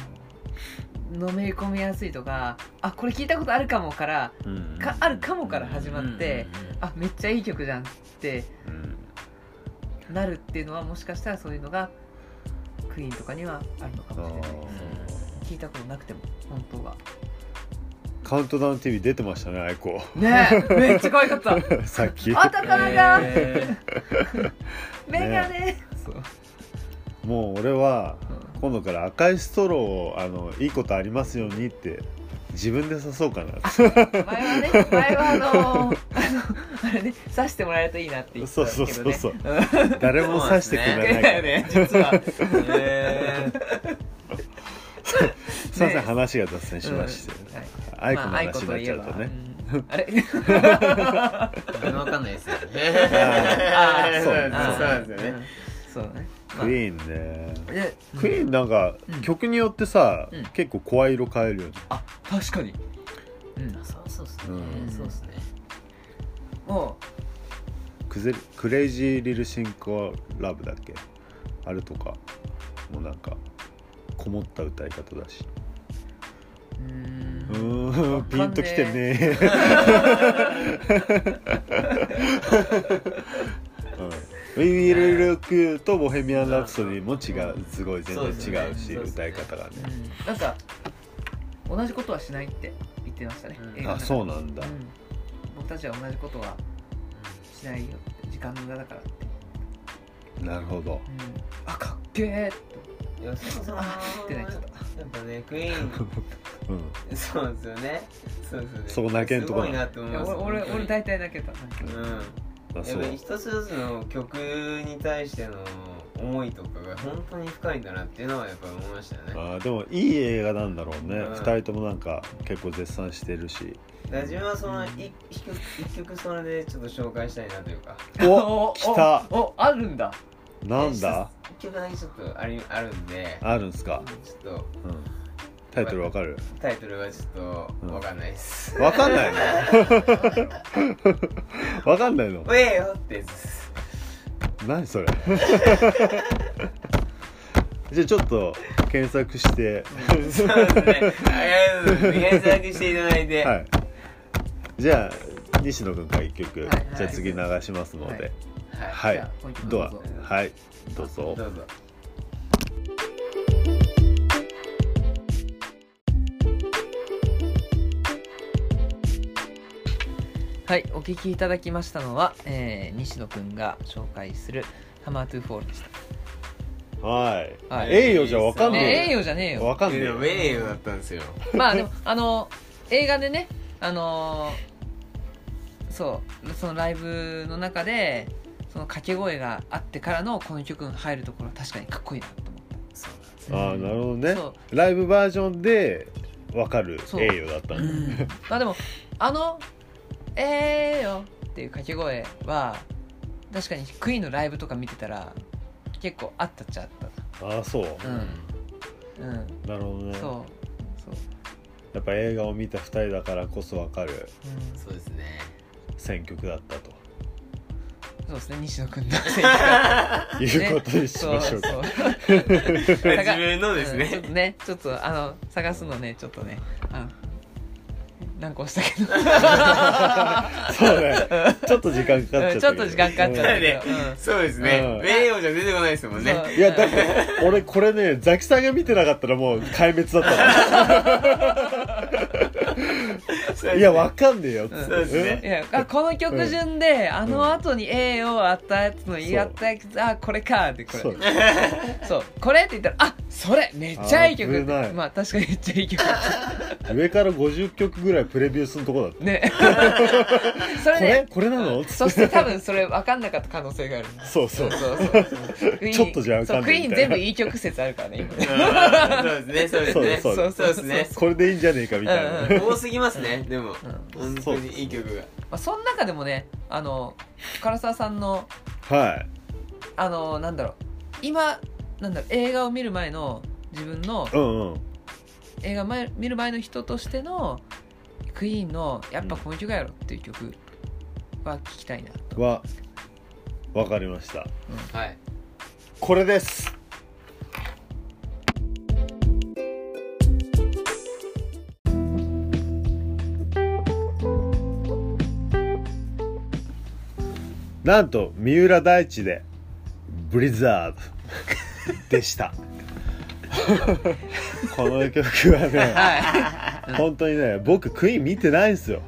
あののめり込みやすいとかあこれ聞いたことあるかもから
うん
かあるかもから始まってあめっちゃいい曲じゃんって
うん
なるっていうのはもしかしたらそういうのがクイーンとかにはあるのか
あ
もしれない
ー
聞いたことなくても本当は
カウントダウン TV 出てましたねアイ
[laughs]
コ
ねえめっちゃ可愛かった
さっき
あたかなが
え
[laughs] メガネそう
もう俺は
うん
今度から赤いストローをあのいいことありますようにって自分で刺そうかな
前はね前はあのーあのあれね刺してもらえるといいなって言ってたけどね
そうそうそうそうん誰も刺してくれ
そう
[laughs] ない
だよね実は [laughs]
ーえー
すいません
ね
話が脱線しまして、
はい
アイコの
まあ愛子
話にな
と
っ
い
ち
え
ゃう
ば
とね、 [laughs]
うんあれ
あのわかんないですよね
あー
そうね
あー
そ
[laughs]
うなんですよね
そうねまあ
クイーンね
で
クイーンなんか、
うん
曲によってさ、
うん
結構声色変えるよね
あ確かにうん
そうそうっすね
うん
そうっすね
も
クゼクレイジー・リル・シンコラブだっけあれとかもうなんかこもった歌い方だし
ううーん
うー
わ
ん
かん
ピ
ねえ
ンときて
[laughs]
ねえうん、ウィール・ルックとボヘミアン・ラプソディも違うすごい全
そうです
然
ね
違うし
そうです
歌
ね
い方がね
うんなんか同じことはしないって言ってましたね、
うん
映画の中
あ
で
そうなんだ
うん僕たちは同じことはしないよって時間の無駄だからって、
なるほど
うん、あかっけえ
いやそうそう
あー [laughs] ってなっちゃっ
やっぱねクイーン
う
[laughs]
ん
そうですよね。そうですよね。
そう泣けんとこ
すごいなと思
い
い
や
ます。
俺俺俺
本当に
大体泣けたなんか
うん。
あ
や
そ
っ
う
ぱり一つ一つの曲に対しての思いとかが本当に深いんだなっていうのはやっぱり思いましたよね。
あーでもいい映画なんだろうね、
うん
2人ともなんか結構絶賛してる
[laughs]
し
だから自分はその
うん
一一曲一曲それでちょっと紹介したいなというか。 [laughs]
お来た
おおあるんだ
なんだ
一曲だけちょっとありあるんで、
あるんすか、
ちょっと
うん、タイトルわかる
タイトルはちょっとわかんないです。
わかんないのわかんないの
ウェイよってやつです。
[laughs]
何それじゃあちょっと検索して
そうですね。
[laughs]
ありがとうございます検索していただいて。
はいじゃあ西野君から1曲、
はいはい
じゃあ次流しますので
は
はい、
じゃあこういう曲
ドア
どうぞ
はいどうぞ
いどうぞ。
はいお聞きいただきましたのは、えー、西野くんが紹介する「ハマートゥーフォール」でし
はい、
はい
ええよじゃわか
た
ん
ねええ
ね
よじゃねえ
え
よ
わかんね
い
え
や
よ
ウェイよだったんですよ。
まあでもあの映画でねあのーそうそのライブの中でその掛け声があってからのこの曲が入るところは確かにかっこいいなと思っ
そうなんです
あ
た
ーなるほどね
そう
ライブバージョンでわかる「
そう
ええよ」だった
う
の
んまあでもあの「えーよ」っていう掛け声は確かにクイーンのライブとか見てたら結構あったっちゃあっ
ああそう、
うんたうん
なるほどね
そうそう、
やっぱ映画を見た2人だからこそわかる
うん、
そうですね。
選曲だったと
そうですね西野君の選手が
[laughs] いうことにしましょうか、
そうそう [laughs]
自分のです
うんちょっ
ね
と。ねちょっとあの探すのねちょっとねあのなんか押したけど
そうねちょっと時間かかっち
う
ゃったけど
んちょっと時間かかっちゃったけ
ね
どうん
そうですね
うん
名誉じゃ出てこないですもんね
そう
いやだから俺これねザキさんが見てなかったらもう壊滅だった
そう
わ
[laughs]
ですね
いやわかんねえよっつって
うん
そうですね
いやあこの曲順で、あの後に A を与えたのやったやつあこれかってこれ
そ
そううこれって言ったらあそれめっちゃいい曲
危ない
まあ確かにめっちゃいい曲
上から50曲ぐらいプレビューするとこだった [laughs]
ねそれ
これ
ね
これなのつっ
そして多分それ分かんなかった可能性がある
てそうそう
そうそうそうクイーン
ちょっとじゃ分かんな
そ
い
うクイー
み
ン
たい
全
な
部いい曲説あるからね今
うんそうですねそうです
そ
ね
うです
そうですね
これでいいんじゃねえかみたいな、
うんうん
多すぎますねでも本当にいい曲が
まあ、その中でもねあの唐沢さんの
はい
あのなんだろう今なんだろう映画を見る前の自分の
うんうん
映画前見る前の人としてのクイーンのやっぱこの曲やろっていう曲は聞きたいなと、
はわかりました
はい
これですなんと三浦大知で「ブリザード」 [laughs] でしたこの曲はね
はい
本当にね僕クイーン見てないんですよ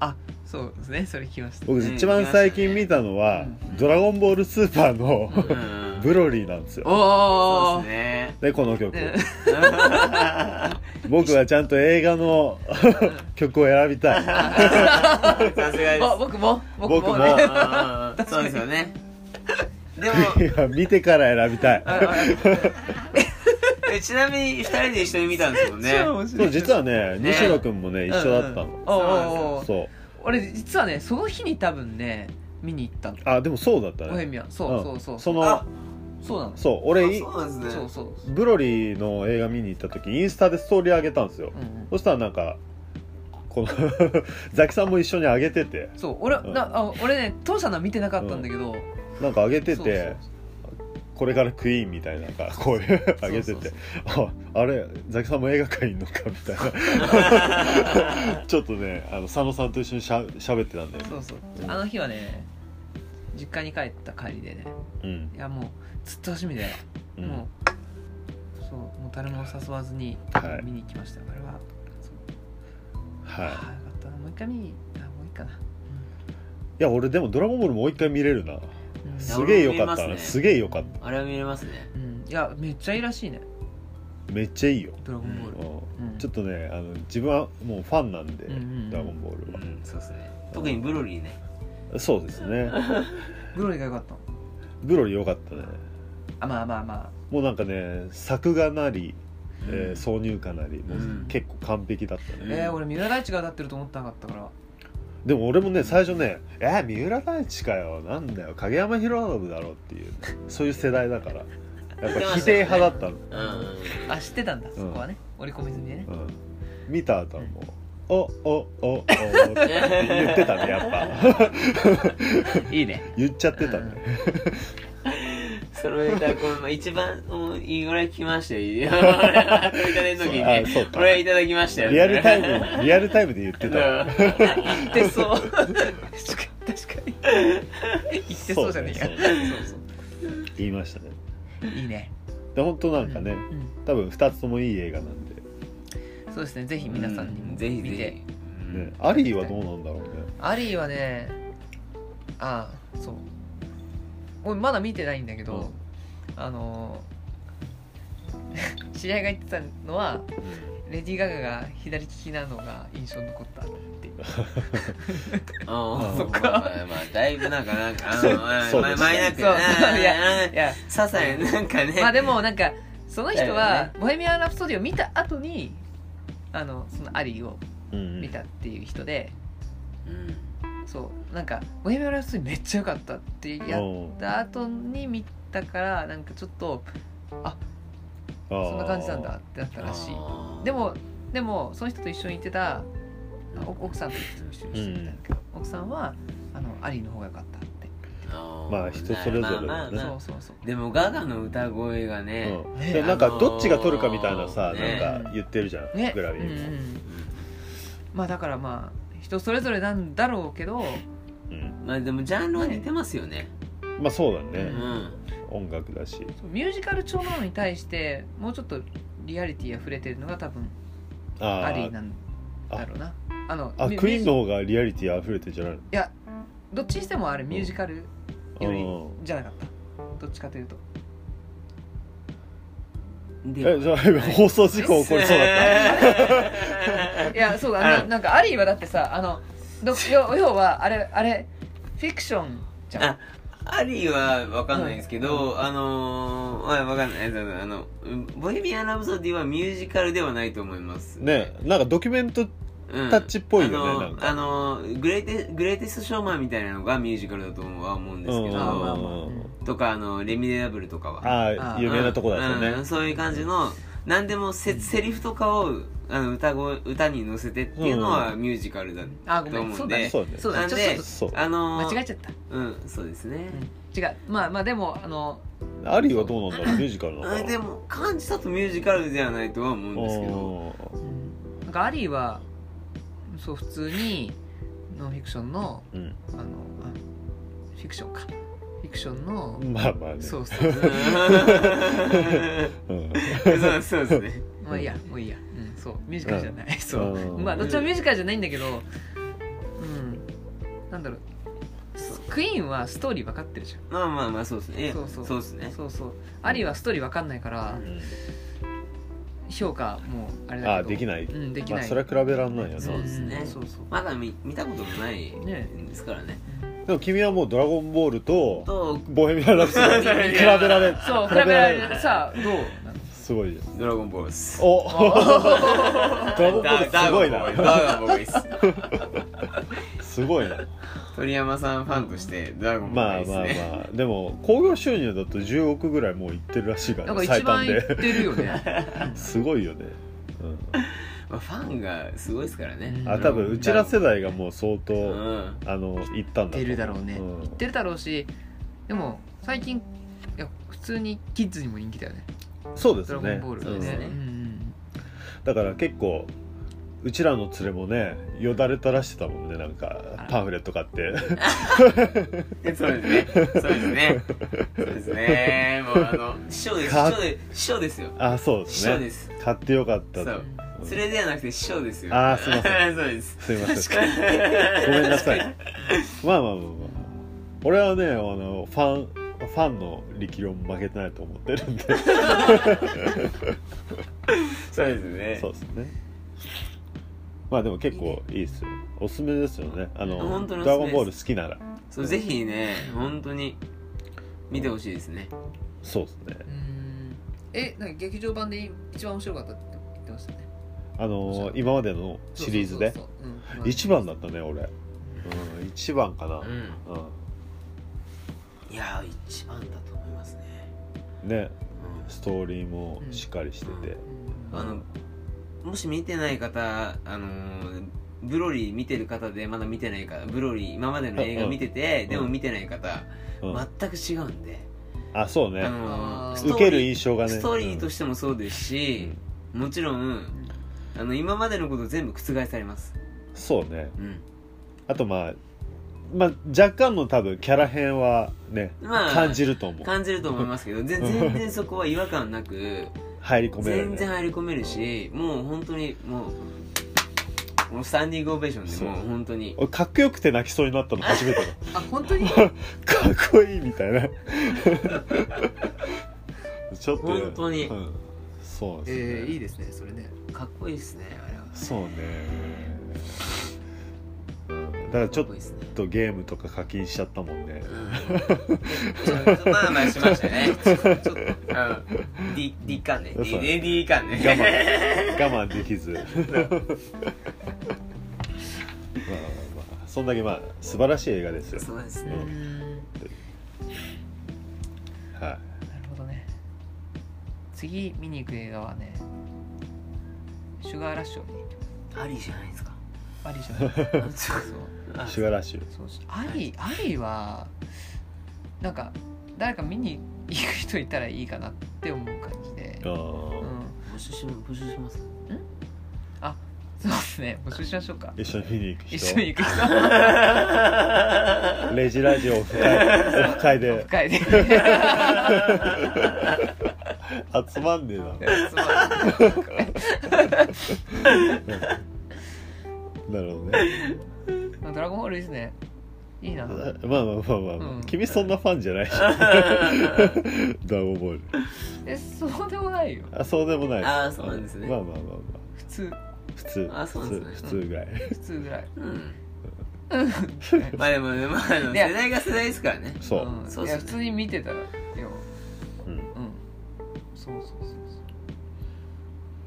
あそうですねそれ聞きました
僕
うん
一番最近見たのは「ドラゴンボールスーパー」の
うん
ブロリーなんですよ
そ
お
う
お
ですね
でこの曲
ね
僕はちゃんと映画の曲を選びたい
[laughs]
さすがです
あ僕も僕も [laughs]
僕も
ね
あーそうですよねでも
いや見てから選びたい
ああ
えちなみに二人で一緒に見たんですもんね
[laughs] 超面白
そ
いう
実はね
ね
西野君もね一緒だった
うん
の
おうおうおう
そう
俺実はねその日に多分ね見に行ったの
あでもそうだった
ボヘ
ね
ミアンそうそううんそう
そ
そう
の
あ
なの
そう俺い
あそうなんです
そ
ね
うそう
ブロリーの映画見に行った時インスタでストーリー上げたんですよ
うんうん
そしたらなんかこの [laughs] ザキさんも一緒に上げてて
そう俺
うん
なあ俺ね当社のは見てなかったんだけど
なんか上げて
そうそう
てこれからクイーンみたいななんかこういう上げて
そうそう
てああれザキさんも映画館いんのかみたいなちょっとねあの佐野さんと一緒にしゃ喋ってたんだよね
そうそうあの日はね実家に帰った帰りでね
うん
いやもうずっと趣味で、
うん
もうそうもう誰も誘わずに
はい
見に行きました、これはそうあ
は
あよかったもう一回見にあもういいかな、
いいや俺でも「ドラゴンボール」もう一回見れるな
うん
すげえよか
俺
っ
も見れます
た
ね
なすげえよかっ
あれは見れますね
うん、いやめっちゃいいらしいね
ためっちゃいいよ、
「ドラゴンボー
う
ル」
ん
うん
ちょっとねあの自分はもうファンなんで「
うんうんうん
ドラゴンボー
う
ルは」
んそうですね特にブロリーね
そうですね
ブロリーがよかったの
ブロリーよかったね
あまあまあまあ
もうなんかね作画なり、えー挿入歌なりもう
うん
結構完璧だったね、
えー、俺三浦大知が歌ってると思ってなかったから
でも俺もね最初ね「えー、三浦大知かよなんだよ影山博信だろ」っていう、そういう世代だからやっぱ否定派だったの、
うんうん
あ知ってたんだ、そこはね折り込み済みでね
うん、見た後はもう「おおおお」って言ってたねやっぱ [laughs]
いいね
言っちゃってたね
そのネタこの一番もういいぐらい聞きましたよいや俺は取り立ての時にね
そうあそうか
これいただきましたよ
リアルタイムリアルタイムで言ってたわ
言ってそう確かに確かに言ってそうじゃねえか
そうね
そう
言いましたね
そういいね
で本当なんかね
うん
多分2つともいい映画なんで、
そうですねぜひ皆さんに
う
も
ぜひぜ
見
ひ
て
ね、アリーはどうなんだろうね
アリーはねああそう俺まだ見てないんだけど、あの [laughs] ー知り合いが言ってたのはレディー・ガガが左利きなのが印象に残ったっていう
ああ
そっか
まあまあまあだいぶなんかなんかあ
そう
のまあ
そう
ま
で
あ
すね
マイナーく
そうそういや
ね
いや
些細ななんかね
まあでもなんかその人
だよ
は「ボヘミアン・ラプソディ」を見た後にあのそのアリーを
うんうん
見たっていう人で、
うん
そうなんか「ボヘミアン・ラプソディ」めっちゃ良かったってやっ
うん
た後に見たからなんかちょっとそんな感じなんだってなったらしい
あー
でもでもその人と一緒に行ってたあお奥さんと一緒に行ってたんだけど、奥さんはあのアリーの方が良かったって、
あー
まあ人それぞれだね
まあまあまあ
そうそうそう
でもガガの歌声がね、
うん
ね
でもなんかどっちが取るかみたいなさ、
あのー
なんか言ってるじゃん、
ね
グラミ
うんう
ーも、
んまあだからまあ人それぞれなんだろうけど
うん、
まあでもジャンルは似てますよね、
まあそうだ
う
ね、
ん、
音楽だし
ミュージカル調なのに対してもうちょっとリアリティ溢れてるのが多分
ああ
アリーなんだろうなあの
あ
ミュ
クイーンの方がリアリティ溢れてるじゃない
いやどっちにしてもあれミュージカルより
の
じゃなかったどっちかというと
うん
で
えじゃあ今放送事故起こりそうだった
いやそうだな
うん
なんかアリーはだってさあのど要要はあれあれフィクションじゃん
あ [laughs] アリーは分かんないですけど、あのー、まあ分かんないあのボヘミアン・ラブソディはミュージカルではないと思います
ねなんかドキュメント
うん
タッチっぽいよね
あの
なんか
あのグレイテグレイテストショーマンみたいなのがミュージカルだとは思うんですけど、
まあまあまあ
うん
うん
とかあのレミネラブルとかは
ああ有名なとこだったよね、
うんうんそういう感じの何でもせセリフとかをあの歌声歌に乗せてっていうのはミュージカルだ
あ
と
ご
思
め
うん
ん
で
そうだね
そうだね
そうだねちょ
なん
っ
で
と
そう
あのー
間違えちゃった
うんそうですね、
違うまあまあでもあの
アリーはどうなんだろうミュージカルなのか
あ
な
でも感じだとミュージカルではないとは思うんですけど
なんかアリーはそう普通にノンフィクションの
うんうん
あのあフィクションかフィクションの、
まあまあね
そうそう
うーん
[laughs]
[laughs]
うん
そうそうですね
まあいいやもういいや、うん、そうミュージカルじゃない、そう、
うん
まあどっちもミュージカルじゃないんだけどうんなんだろうクイーンはストーリー分かってるじゃ
まあまあまあそうですね
そうそう
ですね
んそうそうアリーはストーリー分かんないから評価もあれだけど
ああできない
うんでき
ま
な
あ
い、
それは比べらんないよ
そ
な
う
ですね
んそうそう
まだ見見たこともない
ね
んですからね
でも君はもう「ドラゴンボール」と
と
「ボヘミアン・ラプソディ」比べられ
[laughs] そう比べられる
る
さあ
[laughs]
どうなの
すごいよ
ドラゴンボールです
[laughs]
おドラゴンボール
ダ
すごい
ダ
な
ーゴンボーイです
すごいな
鳥山さんファンとしてドラゴンボ
ま
ー
あ
イです
まあ
ね、
まあでも興行収入だと10億ぐらいもういってるらしいか
な
ら
ん
ね
か
最
一
短
番言っ
で
てる
[laughs]
よね
すごいよねうん
まあファンがすごいですからね
あ多分うちら世代がもう相当
うん
あの行ったんだ
言ってるだろうね、
ん
言ってるだろうしでも最近いや普通にキッズにも人気だよね
そうで
「ド
す
ラゴン
ね
ボール」
そうです
ね
ね
うん
うんだから結構うちらの連れもねよだれ垂らしてたもんねなんかパンフレット買って
そうですね。そうですね。そうですね。もうあの、師匠です。師
か
匠で師匠ですよ。
あそうで
師
すね
匠です。
買ってよかった
そう
うん
連れではなくて師匠ですよ。
あーすいま
[laughs]
せ
そうです。
すいません
確かに
ごめんなさいまあまあまあまあ俺はねあのファンファンの力量も負けてないと思ってるんで
[laughs] そうですね。
そうですねまあでも結構いいですよおすすめですよねあの
本当におすすめで
ド
す
ラゴンボール好きなら
そうぜひね、本当に見てほしいですね。
そうですね
うんえなんか劇場版で一番面白かったって言ってましたね
あの今までのシリーズで
そうそうそうそううん
一番だったね俺、うん、一番かな、
う。
うん
いやー、一番だと思いますね。
ん、ね
うん
ストーリーもしっかりしてて、
うん
あのもし見てない方、あのーブロリー見てる方でまだ見てない方ブロリー今までの映画見てて、
ん
でも見てない方、
うん
全く違うんで、
あそう
あ
ね
の
あー
ー
受ける
ス
印象
トー
が
リー
ね
ストーリーと
し
してもそうですし、もちろんあの今までのこと全部覆されます、
そうね
うん、
あとまあまあ若干の多分キャラ編はね、
まあ
感じると思う
感じると思いますけどぜ全然そこは違和感なく
入り込める、
全
ね、
然入り込めるしもう本当にもうもうスタンディングオベーションでもう本当に
俺かっこよくて泣きそうになったの初めてだ
あ本当に
かっこいいみたいな [laughs] ちょっとね、
本当に
うんそうなんですね、
えーいいですねそれね
かっこいいですねあれは。
そうね、うん、だからちょっ
かこいいすね
とゲームとか課金しちゃったもんね
うんまあまあしましたね。ちょっと、うん、D、D 感ね。
そう
D、D、D 感ね。
我慢我慢できずまあまあまあそんだけまあ素晴らしい映画ですよ
そうです
う
ね。
ん
は
なるほどね次見に行く映画はね「シュガーラッシュ」を見に行きます
ありじゃないですか。
アリーじゃない [laughs]
そう。
い
あ
シュガーラッシュ
そうしアリアリはなんか誰か見に行く人いたらいいかなって思う感じで、
あ
う
ー
ん、
募集します。募集します。
あそうですね募集しましょうか
一緒に見に行く人
一緒に行く人
レジラジオオフ会オフ会で
深いね
集まんねえ
[laughs]
な
つまんない
なるほどね
まあドラゴンボールいいですねいいな
まあまあまあまあ、まあ
うん
君そんなファンじゃないしドラゴンボール
えそうでもないよ
あそうでもない
あーそうなんですね
まあまあまあま
普通
あ普通
あそうなんですね
普通普通ぐらい
普通ぐらい
うんまあでもねまあでも
いや
世代が世代ですからね
そう、
ん
そうっ
い
すね
や普通に見てたらよ
う
う
ん
んそうそうそうそ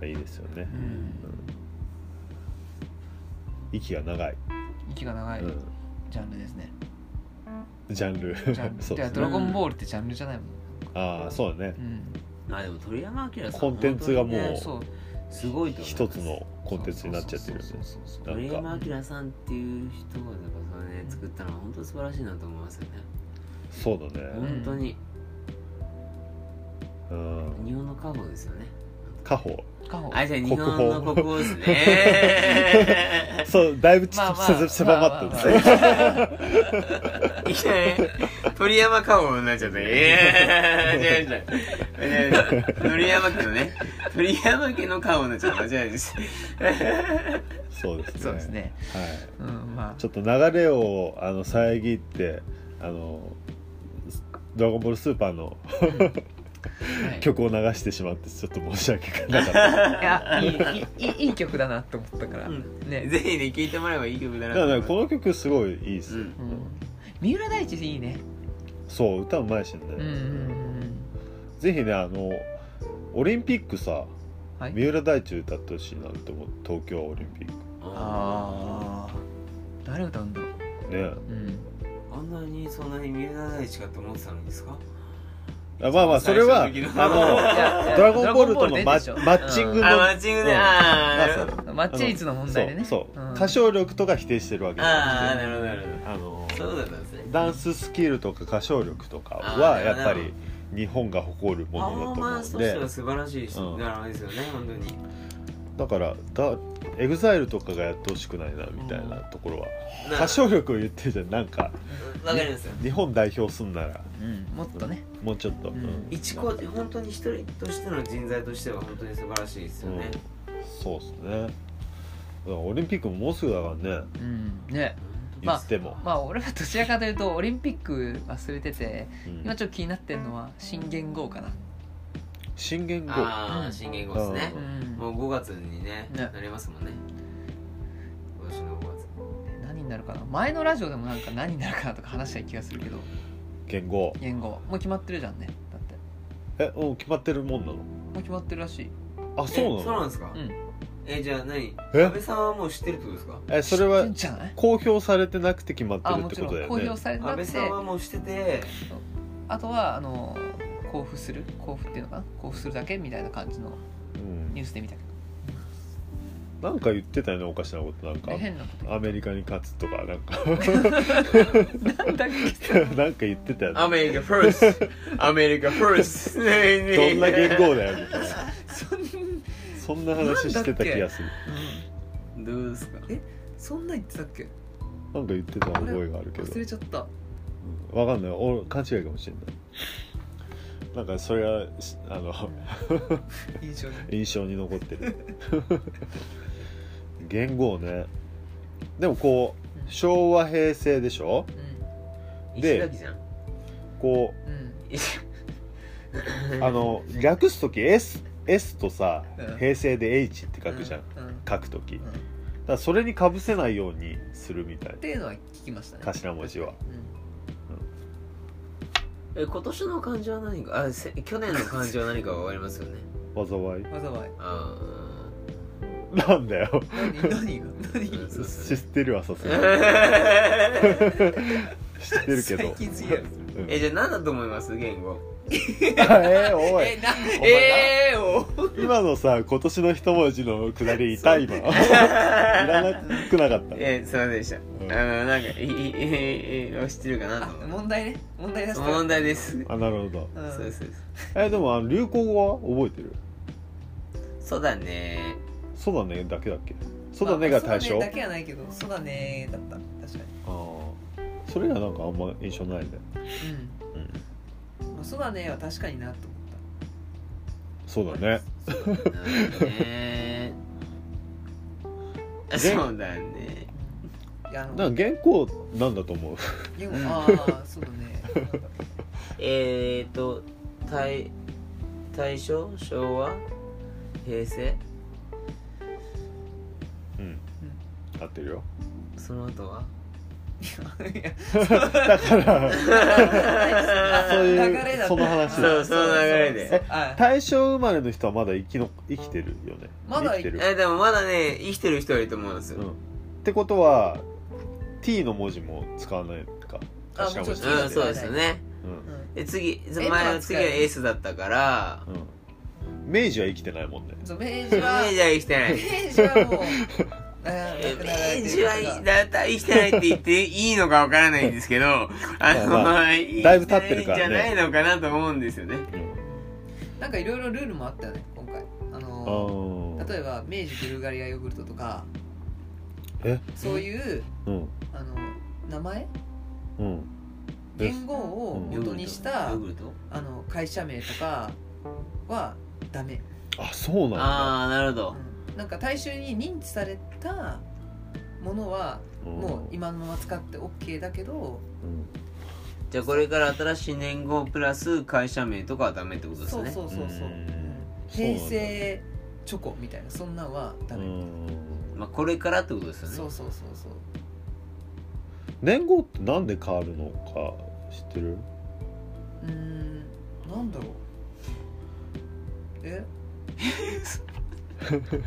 う
いいですよね、
うん
息が長い、
息が長い
うん
ジャンルです
[laughs]
ね
ジャンル
ジャン
[laughs] そう
ルい
で
やド
すね
ラゴンボールってジャンルじゃないもん
ああそうだね
うん
まあでも鳥山明さん
コンテンツがもう
本当にね
そう
すごいと思います
一つのコンテンツになっちゃってるよね
そうそうそうそう
鳥山明さんっていう人がだからそれね作ったのは本当に素晴らしいなと思いますよね
そうだね
本当に
うん
日本の家宝ですよね
家宝
カホ
あじゃあ
国
日
宝
本の国宝ですね
そうだいぶちょっと
まあまあ
狭まってる
まあ
そう
いきなり鳥山家宝になっちゃったええ違う違う違う違う鳥山家のね鳥山家の家宝になっちゃった間違いないです
そうですね
そうですね
はい
うんまあ
ちょっと流れをあの遮ってあの「ドラゴンボールスーパー」の
はい
曲を流してしまってちょっと申し訳がなかった
[laughs] いやいいいいいい曲だなと思ったから、
うん
ね
ぜひね聴いてもらえばいい曲だな
だからねこ
の
の曲すごいいいです、
うん
うん三浦大知いいね
そう歌うまいしね、
うんうんうん
ぜひねあのオリンピックさ
はい
三浦大知歌ってほしいなって思う東京オリンピッ
ああ誰歌うんだろう、
クね
うん、
あんなにそんなに三浦大知かと思ってたのにですか
あまあまあそれはあ
最初の
[laughs]
時の
いやい
の
や
ドラゴンボールとの
ドラゴンボール出て
マ
るでしょ
マッチング
う
あ
の、
マッチング
う
ね
ん
ああなるほど
ま
マッチ率の問題でね
そうそう、
うん
歌唱力とか否定してるわけじ
あ
ゃ
あ
な
な
くて
るほどなるほ
あの
どそうだったんですね
ダンススキルとか歌唱力とか
あ
は
ー
やっぱり日本が誇るも
パフォ
の
ーマ
だ
ンス
と
とし
思う
て
んで
は素晴らしいし、
うん
ならあれですよね本当に
だからだエグザイルとかがやってほしくないなみたいなところは
な
歌唱力を言ってるじゃんなんか
わかりますよ
日本代表すんなら
うん、もっとね
もうちょっと、
うん
一個本当に一人としての人材としては本当に素晴らしいですよね、
そうですねだからオリンピックももうすぐだからね
うんね
い
まあ
つでも、
まあ俺はどちらかというとオリンピック忘れてて
うん
今ちょっと気になってるのは新元号かな
新元号
ああ、
うん
新元号ですね
う、
も
ん
う5月にね
ね
なりますもんね今年の5月
何になるかな前のラジオでもなんか何になるかなとか話したい気がするけど
元号
元号もう決まってるじゃんねだって
えもう決まってるもんなの
もう決まってるらしい
あそう
え
な
そうなん
の
ですか、
うん
えじゃあ何
え
安倍さんはもう知ってるってことですか
えそれ
知っ
は
てんじゃない
公表されてなくて決まって
あ
るっ
も
て
ち
ことだ
ろん公
よね
表されてな
安
く
倍
て
さんはもうしてて
あとはあの交付する交付っていうのかな交付するだけみたいな感じの
うん
ニュースで見たけ
なんか言ってたよねおかしなことなん
ど
か
ね変なこと
アメリカに勝つとか [laughs] なんか
なんだっけ
なんか言ってたよね
アメリカ first アメリカ [laughs] first
ど
ど
んな元号だよみたいな
そん
そんな話してた気がする
どうですか
えそんな言ってたっけ
なんか言ってた覚えがあるけど
忘れちゃった
わかんないお勘違いかもしれないなんかそれがしあの
印象に
印象に残ってる [laughs] 元号ねでもこう昭和平成でしょで
石崎じゃん
こ
うんうん
石
うあの略す時 S, S とさ
うん
平成で H って書くじゃん
うんうん
書く時
うん
だか
っ
らそれにかぶせないようにするみたい
ていうのは聞きましたね
頭文字は
うん
え今年の漢字は何かあせ去年の漢字は何かわかりますよね
災い
災い
あ
なんだよ
何何が何
ーそう
知
そう
ってるわさすがに知ってるけど
最近すぎやろ
う
[laughs]
ん
えじゃあ何だと思います言語
あえーおい
えな
ええお
今のさ今年の一文字のくだり痛い今いらなくなかった
えすいませんでした、
ん
あのなんかいいいいいい知ってるかな
あ
と思っ
問題ね問題出
て
す
問題です、
あなるほど
うん
そうですそうです
えでもあの流行語は覚えてる
そうだね
そうだねだけだっけソダネが対象、
まあソダネだけはないけどソダネだった確か
あーそれがなんかあんま印象ないね、
にう
うん、
ん、まあ、ソダネは確かになと思った
そうだね
ねそうだね
いやあの
なんか原稿なんだと思う
でもああそうだね
えーと大大正昭和平成
うん [laughs] 合ってるよ
その後は
いや
だからそう
[laughs] 流
いう
れだった
その話
そうその流れで
そうそうはい
大正生まれの人はまだ生きの生きてるよね
まだ
生きてる、
えでもまだね生きてる人はいると思うんですよ、
うん、ってことは T の文字も使わないか
あ
頭文字
もちろん
うん、そうですよね
うん
う
で次
エ
前
マは使える
の次はエースだったから
うん明治は生きてないもんね
んそう明
明
治
治
は
は生きてない
明治はもうあー亡くなられてる
明治は
方が
だいたい生きてないって言っていいのかわからないんです [laughs] けどあの、
まあまあ
生き
だいぶ経ってるからね
ないんじゃないのかなと思うんですよね
なんかいろいろルールもあったよね今回あ
あ
の
ー
ー例えば明治ブルガリアヨーグルトとか
え
そういう
うん
あの名前
うん
言語を
うん
元にした、
ヨーグルト
あの会社名とかはダメ、
あそうなんだ
ああなるほど
うんなんか大衆に認知されたものはもう今のまま使って OK だけど、
うん
じゃあこれから新しい年号プラス会社名とかはダメってことです
そう
ね
そうそうそう
う
う
ん
ん
そうなんだ
平成チョコみたいなそんなんはダ
う
メ、
ん
まあこれからってことですよね
そうそうそうそう
年号ってなんで変わるのか知ってる
うーんなんだろう
[laughs]
え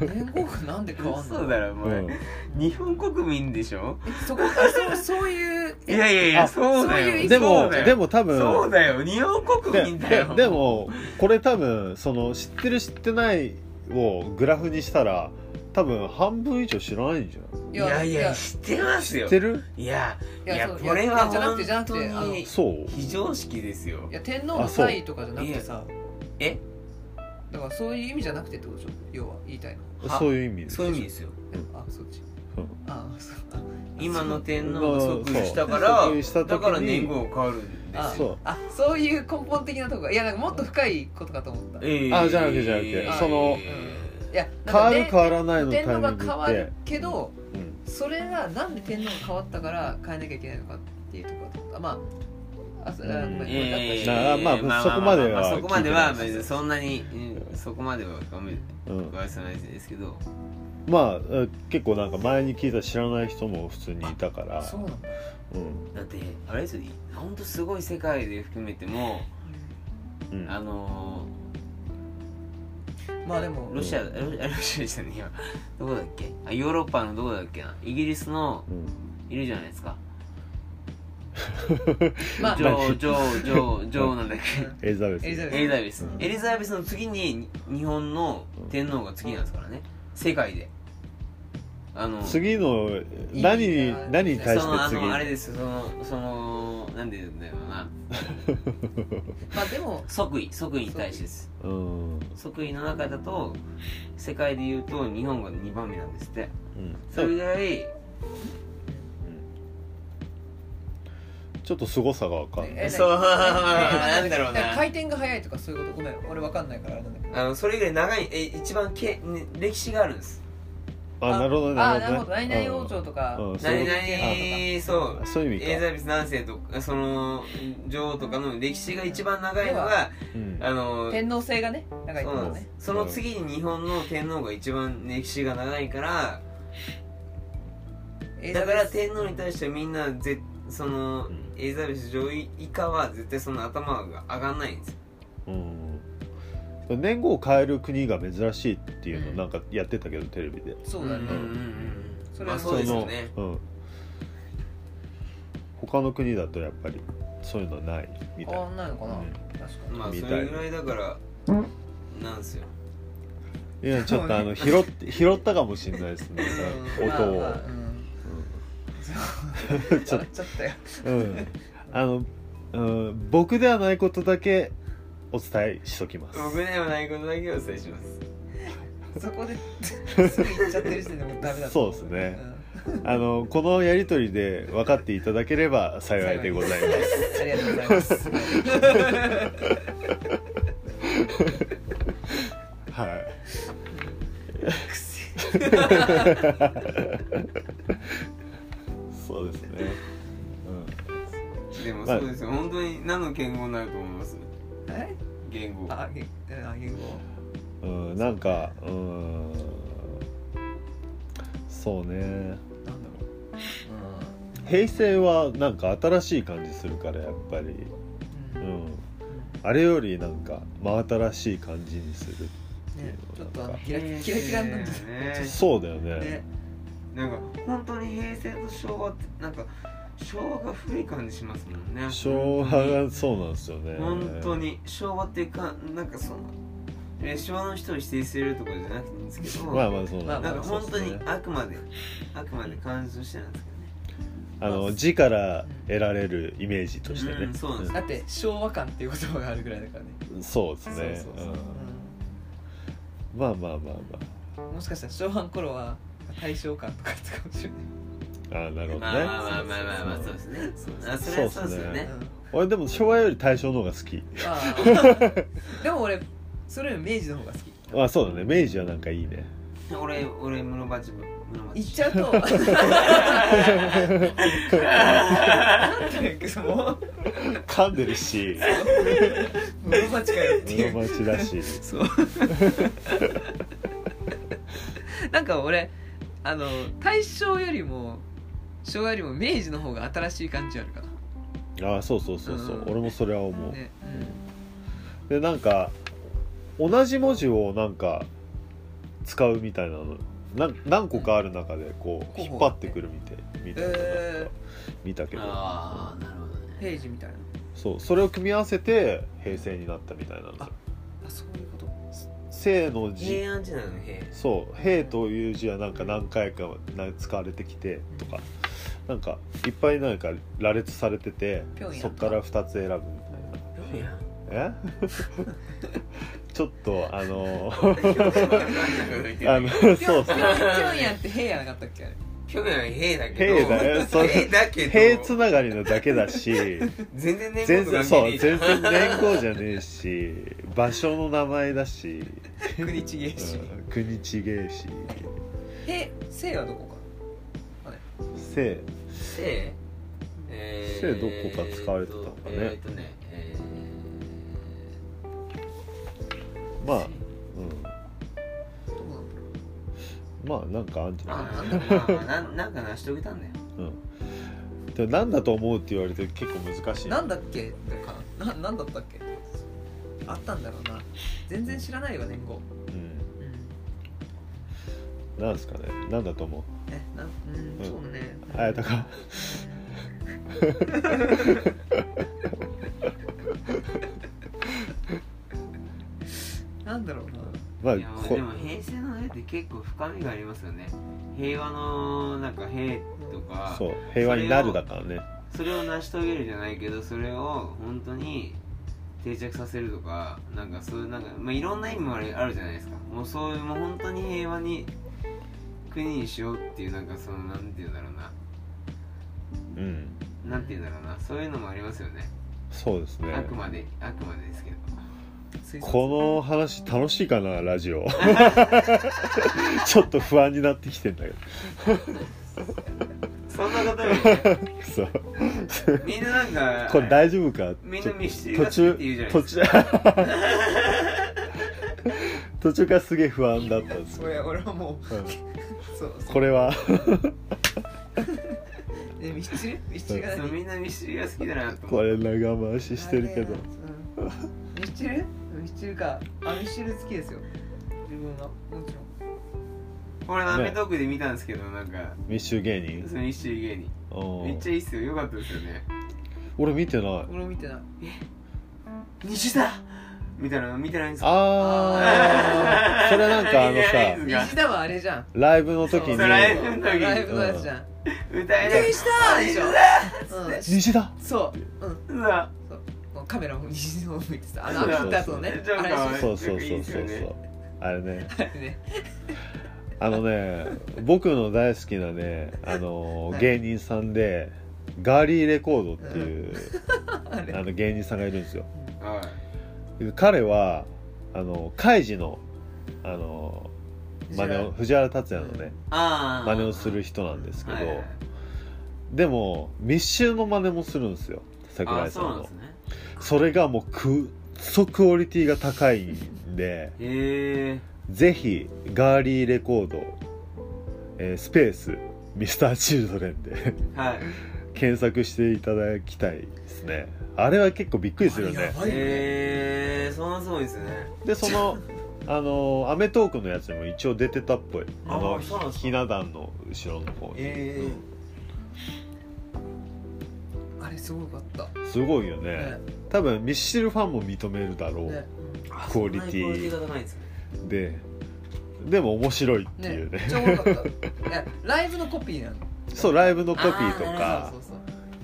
年号がなんで変わんの
そうだろお前、
うん
日本国民でしょ
えそこあそうそういう
い
え
やいやいや
あ
そうだ
そうい
よ
う
でも
そうだよ
でも多分
そうだよ日本国
で
民だ
で
よ
でもこれ多分その知ってる知ってないをグラフにしたら多分半分以上知らないんじゃない
いやいや知ってます
知
よ
ってる
いや
いや
いや
そう
これはい
やじゃなくてじゃなくて
本当に
そう
非常識ですよ
いや天皇の際とかじゃなくてさ
え
だからそういう意味じゃなくてってことでしょ要は言いたいの
は
そういう意味です
そういう意味ですよ
あそっち
うん
あそう
今の天皇が即位したか
そう即位した
ら
時に
だから年号変わるんで
あ
す
そ
よ
う
あそういう根本的なとこがいやなんかもっと深いことかと思ったい
ええ
あじゃなくてじゃなくて
そ
の
え
や
変わる
なん
変
か
わらないのタイ
天
ミ
皇
ング
が
って
変わるけど
うん
それがなんで天皇が変わったから変えなきゃいけないのかっていうとこだと思ったまああそあごめんごめん
ええ
だっ
なまあそこまでは
そこまでは
聞いてない
別にそんなにうんそこまではごめん
うん
ご愛想ないですけど
まあえ結構なんか前に聞いた知らない人も普通にいたか
た
ら
しそうなんだ
うん
だってあれですよ本当すごい世界で含めても
うん
あの
まあでも
ーロシアロシあロシアでしたね今どこだっけあヨーロッパのどこだっけなイギリスの
うん
いるじゃないですか
まあ
ジョージョージョージョーなんだっ
う
エリザベス
エリザベ
けエリザベス
うん
エリザベスの次に日本の天皇が次なんですからね世界であの
次の
いい
何に
な
何に
そ
対し
のあ
て次
のあれですよそのそのなんて言うんだろうなん
まあでも
即位即位に対してです
うん
即位の中だと世界で言うと日本が2番目なんですって
うん
それぐらい
ちょっと凄さがわかんない
え
そう
な
なんだろうな
回転が早いとかそういうことごめん俺わかんないからあれなんだけど
あのそれ以外長いえ一番け、ね歴史があるんです
あなるほどね
あなるほど何々
う
王
ん
朝とか
うんそうい
何
うこと
々そう
そういう意
エリ
味
ザ
か
ベス何世とかその女王とかの歴史が一番長いのが
うん
あの
天皇制がね長い
そ
か
うな
ら
んです
ね
その次に日本の天皇が一番歴史が長いから
エリザ
だ
ベ
か
ス
ら天皇に対してみんなぜその
うん
エリザベス女王以下は絶対その頭が上がんないんですよ
うん年号を変える国が珍しいっていうのなんかやってたけどテレビで
そうだ
んん
ね
うんう
そ
ん
れ
ま
は
あそうですよね
そのうん他の国だとやっぱりそういうのはないみたい
変わ
なん
ないのかな
うん
確かに
まあそ
みたい
れぐらいだからなんですよ
いやちょっとあの拾って拾ったかもしれないですね
うん
音を
まあまあうん
[laughs] ちょっ
笑っちゃったよ
とうんあのうん僕ではないことだけお伝えしときます
僕ではないことだけお伝えします
そこですぐ行っちゃってる時点でもうダメだ
そうです
う
ね
ん
あのこのやり取りで分かっていただければ幸いでございます
ありがとうございます
はい
くせ
そうですね、
でもそうですよ本当に何の言語になると思います
え
言語
あげあげご
うん、うん、なんかうんそうね
なんだろうう
平成はなんか新しい感じするからやっぱりうん
うん
んあれよりなんか真新しい感じにするっていう
ねちょ
の
っとあ
なんか
のキラキラキラなんです
ね
そうだよね
ね
なんか本当に平成と昭和ってなんか昭和が古い感じしますもんね
昭和がそうなんですよね
本当に昭和っていうかなんかそのえ昭和の人を否定するとかじゃなくていいんですけど、
まあまあそうなん
な
だ
んか本当に
そうですね
あくまであくまで感じとしてなんですけどね
あの字から得られるイメージとしてね、
うんそうなんです
だって昭和感っていう言葉があるぐらいだからね
うんそうです
そう
ね
そうそう
うんまあまあまあ
うんもしかしたら昭和の頃は大正感とかあったかもしれない
まああーなるほどね、
まあまあまあまあまあまあそうですねあそれはそうですよね
うん
俺でも昭和より大正の方が好き
あーでも俺それより明治の方が好き
まあそうだね明治はなんかいいね
俺俺室町部室町
行っち
[laughs]
ゃうとなんだよその
噛んでるし
室町かよってい
室
う
町だし
そうなんか俺あの大正よりも昭和よりも明治の方が新しい感じあるか
ああそうそうそうそう、
うん
俺もそれは思
な
う、
ね
でなんか同じ文字をなんか使うみたいなのなん何個かある中でこう
うん
引っ張ってくるみたいみたいなのなん
え
か見たけど
ああなるほど
ー、
ね
平時みたいな
そうそれを組み合わせて平成になったみたいなんですよ
あそういうこと
正の字
平安時代の平
そう「平」という字はなんか何回かな使われてきてとかなんかいっぱいなんか羅列されてて
ピョンヤン
そっから2つ選ぶみ
平安
たいなえ [laughs] ちょっとあのあ
あの
のそう
ピョ
そ
ン
う
ピョンヤンって平やなかったっけあれ
去年は平だけど
平だよそう
平だけど
平つながりのだけ
[laughs]
だし
全然年
全
功と関
然
係
そ
ね
う
えじゃ
全
ん
然年号じゃねえし場所の名前だし、
国違えし
うん国違えし
平生はどこか
正
せえー
せどこか使われてたのかね
えーとねえー
まあ
せ
う
どこ
ん
なんだろう
まあなんかあんじゃない
あなんかまあまあなん [laughs] なんか成し遂げたんだよ
うん、でも何だと思うって言われて結構難しい
なんだっけかなななんだったっけあったんだろうな全然知らないわ年号
うん、
うん
なんですかね何だと思
えなうんそうね
うあやたか
なんだろうな
まあ
いや
こ
でも平成の絵って結構深みがありますよね平和のなんか平とか
そう平和になるだからね
それを成し遂げるじゃないけどそれを本当に定着させるとかなんかそういうなんか、まあ、いろんな意味もあるあるじゃないですかもうそういうもう本当に平和に国にしようっていうなんかそのなんて言うんだろうな
うん
なんて言うんだろうなそういうのもありますよね
そうですね
あくまであくまでですけど
推察
この話楽しいかなラジ
[laughs]
オ [laughs] ちょっと不安になってきてんだけど
そんなことよりね
そう
みんななんか
これ大丈夫か
みんな見して
途中
って言うじゃない
途
です
中
[laughs]
途中からすげえ不安だったんです
それ俺はも
うん
うそうそう
これは
えミスチルミスチルが
かそう
何
みんな見してが好きだなと思
こ
って
れ長回ししてるけど
あれうんミスチルミスチルかあミスチル好きですよ自分はもちろん
これアメトークで見たんですけどなんか
密集芸人
その一周芸人
うん
めっちゃいいっすよ良かったですよね
俺見てない
俺も見てない
虹だみたいなの見てないんですか
あーそれなんかあの
い
[laughs]
やいいです
さ
が
西田はあれじゃん
ライブの時に
そうライブの時に
ライブのやつじゃん
歌えない
西田でしょうんし
虹だ
そううん
うわ
カメラも西の方向いてさあの浴びた後のね
そう
あれ
なんか
そうそ
な
う
んかい
そ
いで
う
す
そ
よ
う
ね
そうあれね
ね
あのね僕の大好きなねあの
はい
芸人さんでガーリーレコードっていう
あれ
あの芸人さんがいるんですよ
は
彼はあのカイジのあの真似を藤原竜也のね
ああ
真似をする人なんですけど、
はいはいはい
でも密集の真似もするんですよ
あ
桜
あ
井さ
そ
ん
う
の
なんです
そ,、
ね
れがもうくっそクオリティが高いんで
へえ
ぜひガーリーレコード、えースペースミスターチルドレンで [laughs]
はい
検索していただきたいですねあれは結構びっくりする
あれ
よね
やばいね
へえそんなすごいんですね
でその「あのアメトーク」のやつにも一応出てたっぽいあの
あそうなんですか
ひな壇の後ろの方に、
へ
あれすごかった
うんすごいよね、
ね
多分ミッシルファンも認めるだろう、
ね
え
クオリティ
クオリティが高いんですね
ででも面白いって
ね
いうね
めっちゃおもろかったいやライブのコピーなの
[laughs] そうライブのコピーと
そ
か
うそうそう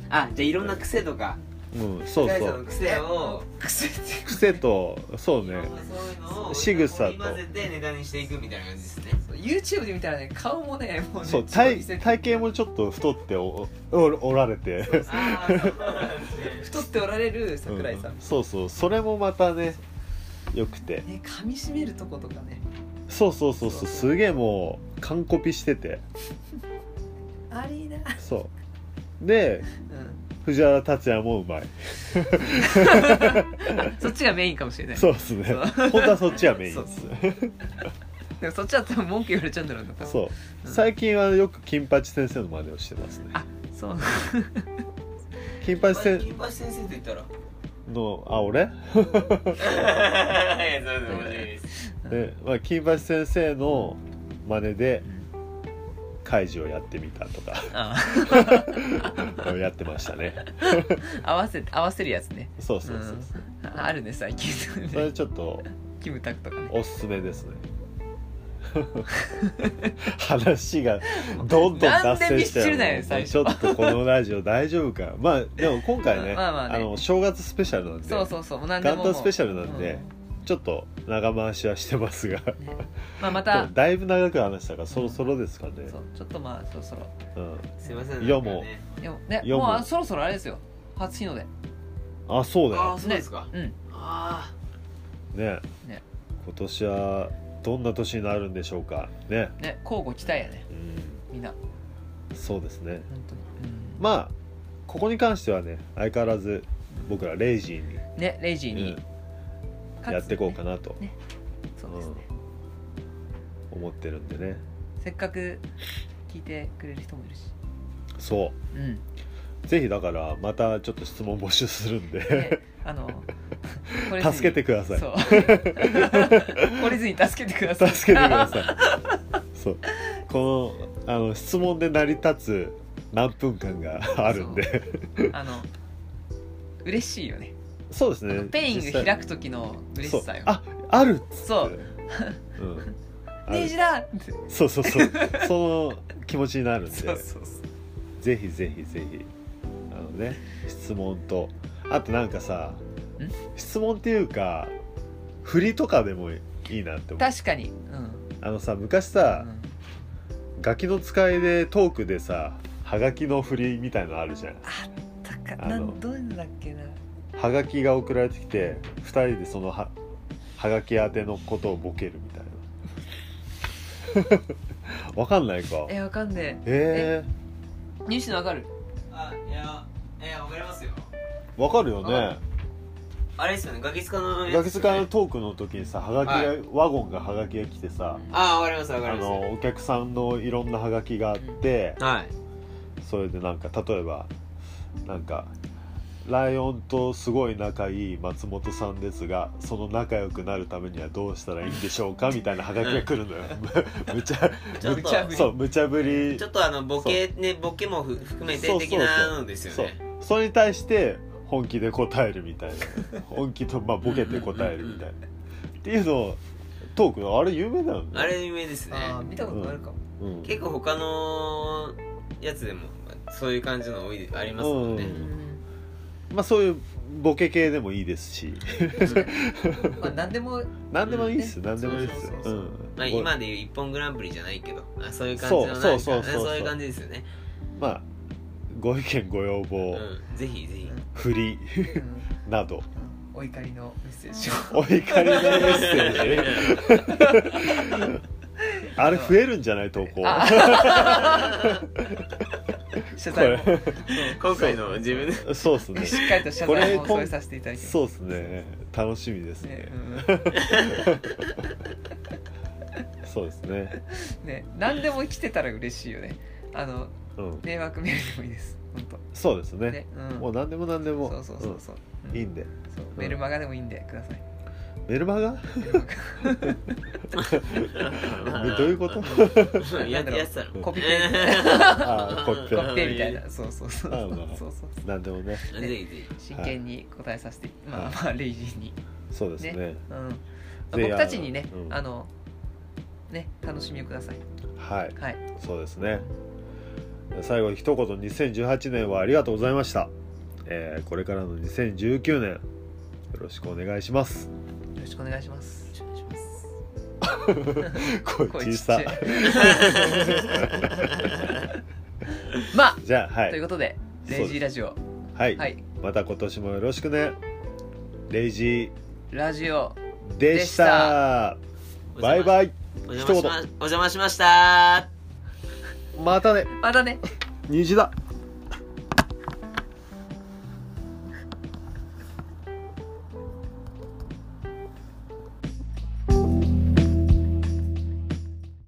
あじゃあいろんな癖とか
うんそう
大
そ
さんの
う
癖を
癖って
癖とそう
い
ね
ろんなそういうのを
仕草と
織り交ぜてネタにしていくみたいな感じですね
YouTube で見たらね顔もねもうね
そう
超
体
似せて
体型もちょっと太っておおおられて
ああそうなんですね
太っておられる桜井さん、
うんそうそうそれもまたねよくて
ね噛み締めるとことかね
そうそうそうそうすげえもう完コピしてて
ありな
そうで
う
藤原竜也もうまい
ん [laughs] そっちがメインかもしれない
そうですね
そう
本当はそっちはメインです
そでもそっちは多分文句言われちゃうんだろうな多分
そう
うん
最近はよく金八先生の真似をしてますね
あそう
金八先
金八先生と言った
[laughs]
ら
のあ俺
いやそうそう面白いです
で、まあ、金八先生の真似で怪獣をやってみたと
[laughs]
か
あ
やってましたね
合わせ合わせるやつね
そうそうそうそう、
うんあるね最近
それちょっと
キムタクとかね
おすすめですね話がどんどん脱線し
なんでミスチルだ
て
よ最初
ちょっとこのラジオ大丈夫かまあでも今回ね,、
まあまあね
の正月スペシャルなんで
そうそうそうもう何で
元
ももう
旦スペシャルなんで、ちょっと長回しはしてますが
うんねまあま
で
た
もだいぶ長く話したからそろそろですかね、
そうちょっとまあそろそろ
うん、
すいません
いやもう
なんかね
でもね
よ
も
も
うあそろそろあれですよ初日の出
あそうだ
あ
よ
あそうですか
うん
あ
ね
ね
今年はどんな年になるんでしょうかね、
ね交互期待やね
うん、
みんな
そうですね
本当に
まあここに関してはね相変わらず僕らレイジーに、
うんねレイジー
うん
に
やっていこうか
な
なと
そうですね
思ってるんでね
せっかく聞いてくれる人もいるし
そ
うん
うぜひだからまたちょっと質問募集するんで
ねあのこれずに
[laughs] 助けてください
そう [laughs] 懲りずに助けてください
助けてくださいそうこのあの質問で成り立つ何分間があるんで
い [laughs] あの嬉しいよね
そうです
あ
ね
のペイン
実
が
際
開く時の嬉しさよ
そうああるっつって
そう [laughs]
うん
「
ある
虹だ!」って
そうそ
[laughs]
うそうその気持ちになるんで
そうそうそう
ぜひぜひぜひあのね質問とあとなんかさ
ん
質問っていうか振りとかでもいいなって思う
確かにうん
あのさ昔さ、
うん
ガキの使いでトークでさはがきの振りみたいのあるじゃん
あったか
あ
な
の
んどういうのだっけな
はがきが送られてきて2人でそのははがき宛てのことをボケるみたい
[laughs]
なわかんないか
えわかんねえ
え
ニュースのわかる
あいやいやわかりますよ
ー、わかるよね
ああれですよねガキ使のやつ
ガキ使いのトークの時にさはがきが、
は
ワゴンがはがきが来てさ
ああわかりますわか
あ
ります
のお客さんのいろんなはがきがあって、
はい
それでなんか例えばなんか「ライオンとすごい仲いい松本さんですがその仲良くなるためにはどうしたらいいんでしょうか?」みたいなはがきが来るのよ。むちゃ
ちょっ
むちゃぶ
と
り
そう無茶ぶり
ちょっとあのボケねボケもふ含めて的なのですよ
そう
ね
それに対して本気で答えるみたいな本気とまあボケて答えるみたいなっていうのをトークのあれ有名だよね
あれ有名ですね
あー見たことあるかも
うん
結構他のやつでもそういう感じの多いありますもんね、
う
うんん
まあそういうボケ系でもいいですし
まあ何でも、
何でもいいですよ何でもいいですよ
そうそうそうそう
うん
まあ、今でいう一本グランプリじゃないけどあそういう感じのなんか
そうそうそうそう
そういう感じですよね、
まあご意見ご要
う
望、
ん、ぜひぜひ
振り
うん
など
お怒りのメッセージを
お怒りのメッセ
[laughs]
ージあれ増えるんじゃない投稿 [laughs]
あ謝
こ
罪も
れ
今回の自
[laughs]
分で
そうっす
[laughs]
ね
しっかりと謝
これ
罪も添えさせていただきます
そうっすね楽しみです
ね
ね
う
そうですね
ん、ね何でも来てたら嬉しいよねあの
うん
迷惑メールでもいいです本
そうです
当
ね
ねうん
もう何でも何でも
そうそうそうそう、
うんいいん
で
で
そうメルマガでもいいんでください
メルマガ
メルマガ
どうい
[laughs]
うこと
[laughs] やってやってたの
コピペ
[laughs]
あーコピペ
コピペみたいなそうそうそうそう
あまあ
そうそう
何でもね
ぜひぜ
真剣に答えさせて、
はい
まあまあレイジーに、
そうですね
うん
ぜひ
僕たちにね
あのうん
あのね楽しみをください
はい
はい
そうですね最後に一言2018年はありがとうございました、えーこれからの2019年よろしくお願いし
[laughs]
ます
よろしくお願いします
声
声ちっ
小
ちゃ
さ
い [laughs] まあ
じゃあは
という
い、
ことでレイジーラジオ
はい
はい
また今年もよろしくねレイジ
ラジオ
ーでした
ひ
バイバイ
お邪魔しまお邪魔しました
またね
またね
虹だ